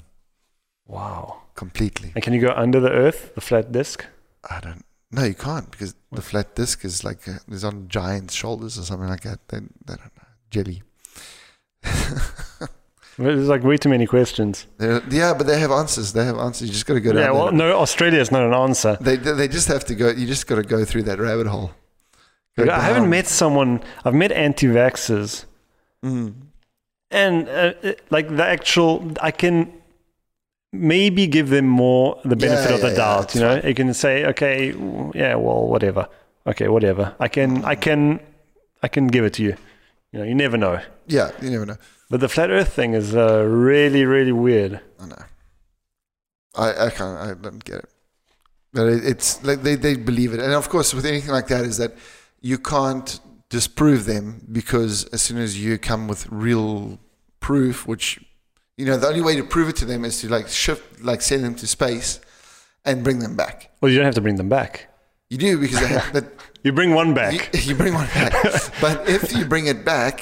[SPEAKER 2] Wow.
[SPEAKER 1] completely.
[SPEAKER 2] And can you go under the Earth, the flat disk?
[SPEAKER 1] I don't. No, you can't because the flat disc is like uh, is on giants' shoulders or something like that. They, they don't know jelly.
[SPEAKER 2] There's like way too many questions.
[SPEAKER 1] They're- yeah, but they have answers. They have answers. You just got to go down.
[SPEAKER 2] yeah. Well,
[SPEAKER 1] there.
[SPEAKER 2] no, Australia is not an answer.
[SPEAKER 1] They they they just have to go. You just got to go through that rabbit hole. Go
[SPEAKER 2] I haven't
[SPEAKER 1] down.
[SPEAKER 2] met someone. I've met anti-vaxxers
[SPEAKER 1] Mm.
[SPEAKER 2] and uh, uh, like the actual i can maybe give them more the benefit
[SPEAKER 1] Yeah,
[SPEAKER 2] of the
[SPEAKER 1] yeah, yeah,
[SPEAKER 2] doubt
[SPEAKER 1] that's
[SPEAKER 2] you know you can say okay w- yeah well whatever okay whatever i can i can i can give it to you you know you never know
[SPEAKER 1] Yeah, you never know.
[SPEAKER 2] but the flat earth thing is uh, really really weird
[SPEAKER 1] I know. I I can't. I don't get it. But it, it's like they they believe it, and of course, with anything like that, is that you can't disprove them because as soon as you come with real proof, which you know, the only way to prove it to them is to like shift, like send them to space, and bring them back.
[SPEAKER 2] well you don't have to bring them back
[SPEAKER 1] You do because they have, that
[SPEAKER 2] you bring one
[SPEAKER 1] You,
[SPEAKER 2] back
[SPEAKER 1] you bring one back. but if you bring it back,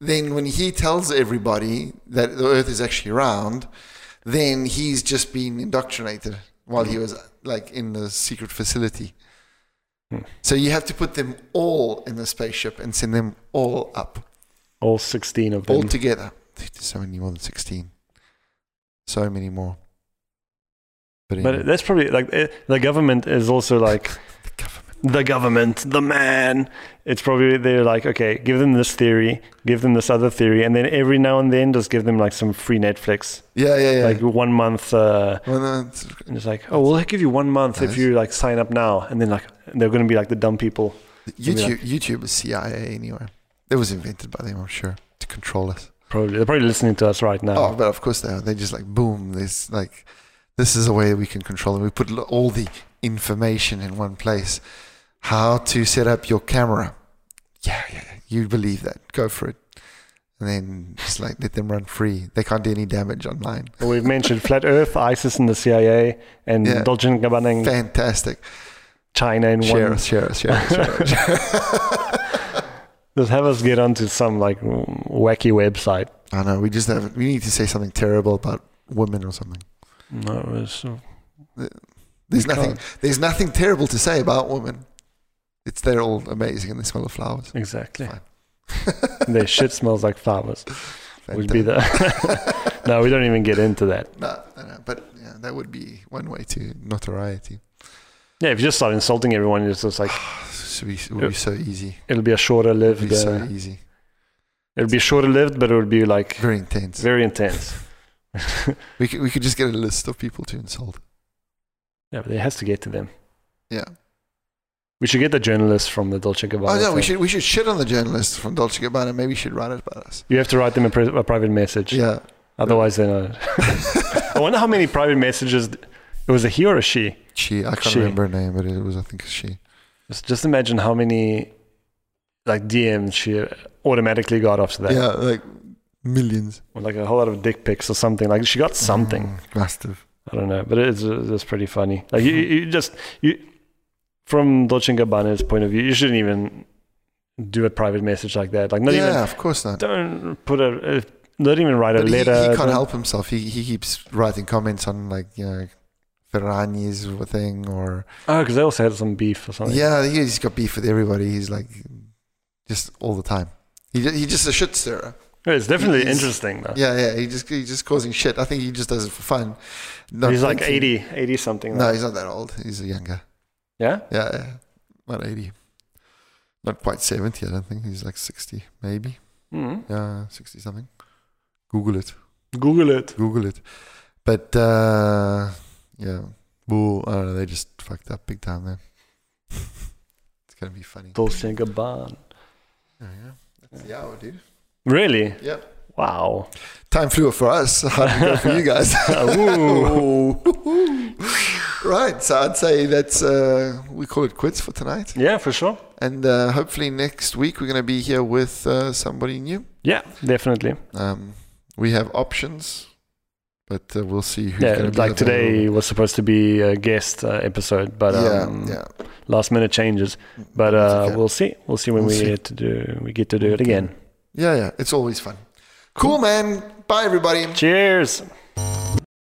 [SPEAKER 1] then when he tells everybody that the Earth is actually round, then he's just been indoctrinated while he was like in the secret facility.
[SPEAKER 2] Hmm.
[SPEAKER 1] So you have to put them all in the spaceship and send them all up,
[SPEAKER 2] all 16 of them
[SPEAKER 1] all together. Dude, there's so many more than 16. So many more.
[SPEAKER 2] but that's probably like eh, the government is also like
[SPEAKER 1] the government.
[SPEAKER 2] the government, the man. It's probably they're like, okay, give them this theory, give them this other theory, and then every now and then just give them like some free Netflix,
[SPEAKER 1] Yeah, yeah, yeah.
[SPEAKER 2] like one month. Uh,
[SPEAKER 1] Well, no, it's-
[SPEAKER 2] and it's like, oh, we'll give you one month if
[SPEAKER 1] Nice.
[SPEAKER 2] you like sign up now, and then like they're gonna be like the dumb people.
[SPEAKER 1] YouTube, YouTube is CIA anyway. It was invented by them, I'm sure, to control us.
[SPEAKER 2] Probably they're probably listening to us right
[SPEAKER 1] Oh,
[SPEAKER 2] now.
[SPEAKER 1] but of course they are. They just like boom. This like, this is a way we can control them. We put l- all the information in one place. How to set up your camera? Yeah, yeah. yeah. You believe that? Go for it. And then just like let them run free. They can't do any damage online.
[SPEAKER 2] Well, We've mentioned flat Earth, ISIS, and the CIA, and
[SPEAKER 1] Yeah.
[SPEAKER 2] Dolce and Gabbana, and
[SPEAKER 1] Fantastic.
[SPEAKER 2] China, and
[SPEAKER 1] Share
[SPEAKER 2] Mm. one.
[SPEAKER 1] us, share us, share us, share us.
[SPEAKER 2] Just have us get onto some like w- wacky website.
[SPEAKER 1] I know. We just have. We need to say something terrible about women or something.
[SPEAKER 2] No, it was,
[SPEAKER 1] There's
[SPEAKER 2] We
[SPEAKER 1] nothing. There's nothing terrible to say about women. It's they're all amazing and they smell of flowers.
[SPEAKER 2] exactly.
[SPEAKER 1] Fine.
[SPEAKER 2] Their shit smells like flowers. would be the no we don't even get into that
[SPEAKER 1] No, no, no, but yeah, that would be one way to notoriety.
[SPEAKER 2] yeah if you just start insulting everyone it's just like
[SPEAKER 1] It would be, it would be so easy.
[SPEAKER 2] it'll be a shorter
[SPEAKER 1] It would
[SPEAKER 2] lived
[SPEAKER 1] be so
[SPEAKER 2] uh,
[SPEAKER 1] easy.
[SPEAKER 2] it'll be shorter lived but it'll be like
[SPEAKER 1] Very intense.
[SPEAKER 2] very intense
[SPEAKER 1] We could, we could just get a list of people to insult.
[SPEAKER 2] yeah but it has to get to them
[SPEAKER 1] Yeah.
[SPEAKER 2] we should get the journalists from the Dolce Gabbana
[SPEAKER 1] oh no, we
[SPEAKER 2] thing.
[SPEAKER 1] should we should shit on the journalists from Dolce Gabbana. Maybe we should write it about us.
[SPEAKER 2] you have to write them a, pri- a private message
[SPEAKER 1] Yeah.
[SPEAKER 2] otherwise they're not I wonder how many private messages it was a he or a she
[SPEAKER 1] She, I can't
[SPEAKER 2] She.
[SPEAKER 1] remember her name, but it was I think she.
[SPEAKER 2] just, just imagine how many like DMs she automatically got after that
[SPEAKER 1] Yeah, like millions.
[SPEAKER 2] or like a whole lot of dick pics or something like she got something
[SPEAKER 1] Mm, must have.
[SPEAKER 2] I don't know, but it's it's pretty funny. Like you, you just you from Dolce & Gabbana's point of view, you shouldn't even do a private message like that. Like not
[SPEAKER 1] yeah,
[SPEAKER 2] even
[SPEAKER 1] of course not.
[SPEAKER 2] don't put a uh, not even write a
[SPEAKER 1] But he-
[SPEAKER 2] letter.
[SPEAKER 1] He, can't
[SPEAKER 2] don't-
[SPEAKER 1] help himself. He he keeps writing comments on like you know Ferragni's thing or
[SPEAKER 2] Oh, because they also had some beef or something.
[SPEAKER 1] yeah, he's got beef with everybody. He's like just all the time. He ju- he just a shit stirrer.
[SPEAKER 2] It's definitely
[SPEAKER 1] He's-
[SPEAKER 2] interesting though.
[SPEAKER 1] Yeah, yeah. He just he's just causing shit. I think he just does it for fun. Not
[SPEAKER 2] he's like
[SPEAKER 1] thinking-
[SPEAKER 2] 80, 80 something.
[SPEAKER 1] No,
[SPEAKER 2] though.
[SPEAKER 1] he's not that old. He's a younger.
[SPEAKER 2] Yeah.
[SPEAKER 1] Yeah, yeah. Not 80. Not quite 70, I don't think. He's like 60, maybe.
[SPEAKER 2] Mhm.
[SPEAKER 1] Yeah, 60 something. Google it.
[SPEAKER 2] Google it.
[SPEAKER 1] Google it. But, uh, yeah. Boo. I don't know. They just fucked up big time there. it's going to be funny.
[SPEAKER 2] Dolce and Gabbana.
[SPEAKER 1] Yeah, yeah. That's the hour, dude.
[SPEAKER 2] Really?
[SPEAKER 1] Yeah.
[SPEAKER 2] Wow.
[SPEAKER 1] Time flew for us. How did it go for you guys? right. So I'd say that's, uh, we call it quits for tonight.
[SPEAKER 2] Yeah, for sure.
[SPEAKER 1] And uh, hopefully next week we're going to be here with uh, somebody new.
[SPEAKER 2] Yeah, definitely.
[SPEAKER 1] Um, we have options, but uh, we'll see who's
[SPEAKER 2] yeah,
[SPEAKER 1] going to
[SPEAKER 2] like today was supposed to be a guest uh, episode, but um,
[SPEAKER 1] yeah,
[SPEAKER 2] last minute changes.
[SPEAKER 1] yeah.
[SPEAKER 2] But
[SPEAKER 1] That's
[SPEAKER 2] uh,
[SPEAKER 1] okay.
[SPEAKER 2] we'll see. We'll see when
[SPEAKER 1] We'll
[SPEAKER 2] we
[SPEAKER 1] see.
[SPEAKER 2] get to do we get to do it again.
[SPEAKER 1] yeah, yeah, it's always fun. Cool, man. Bye, everybody.
[SPEAKER 2] Cheers.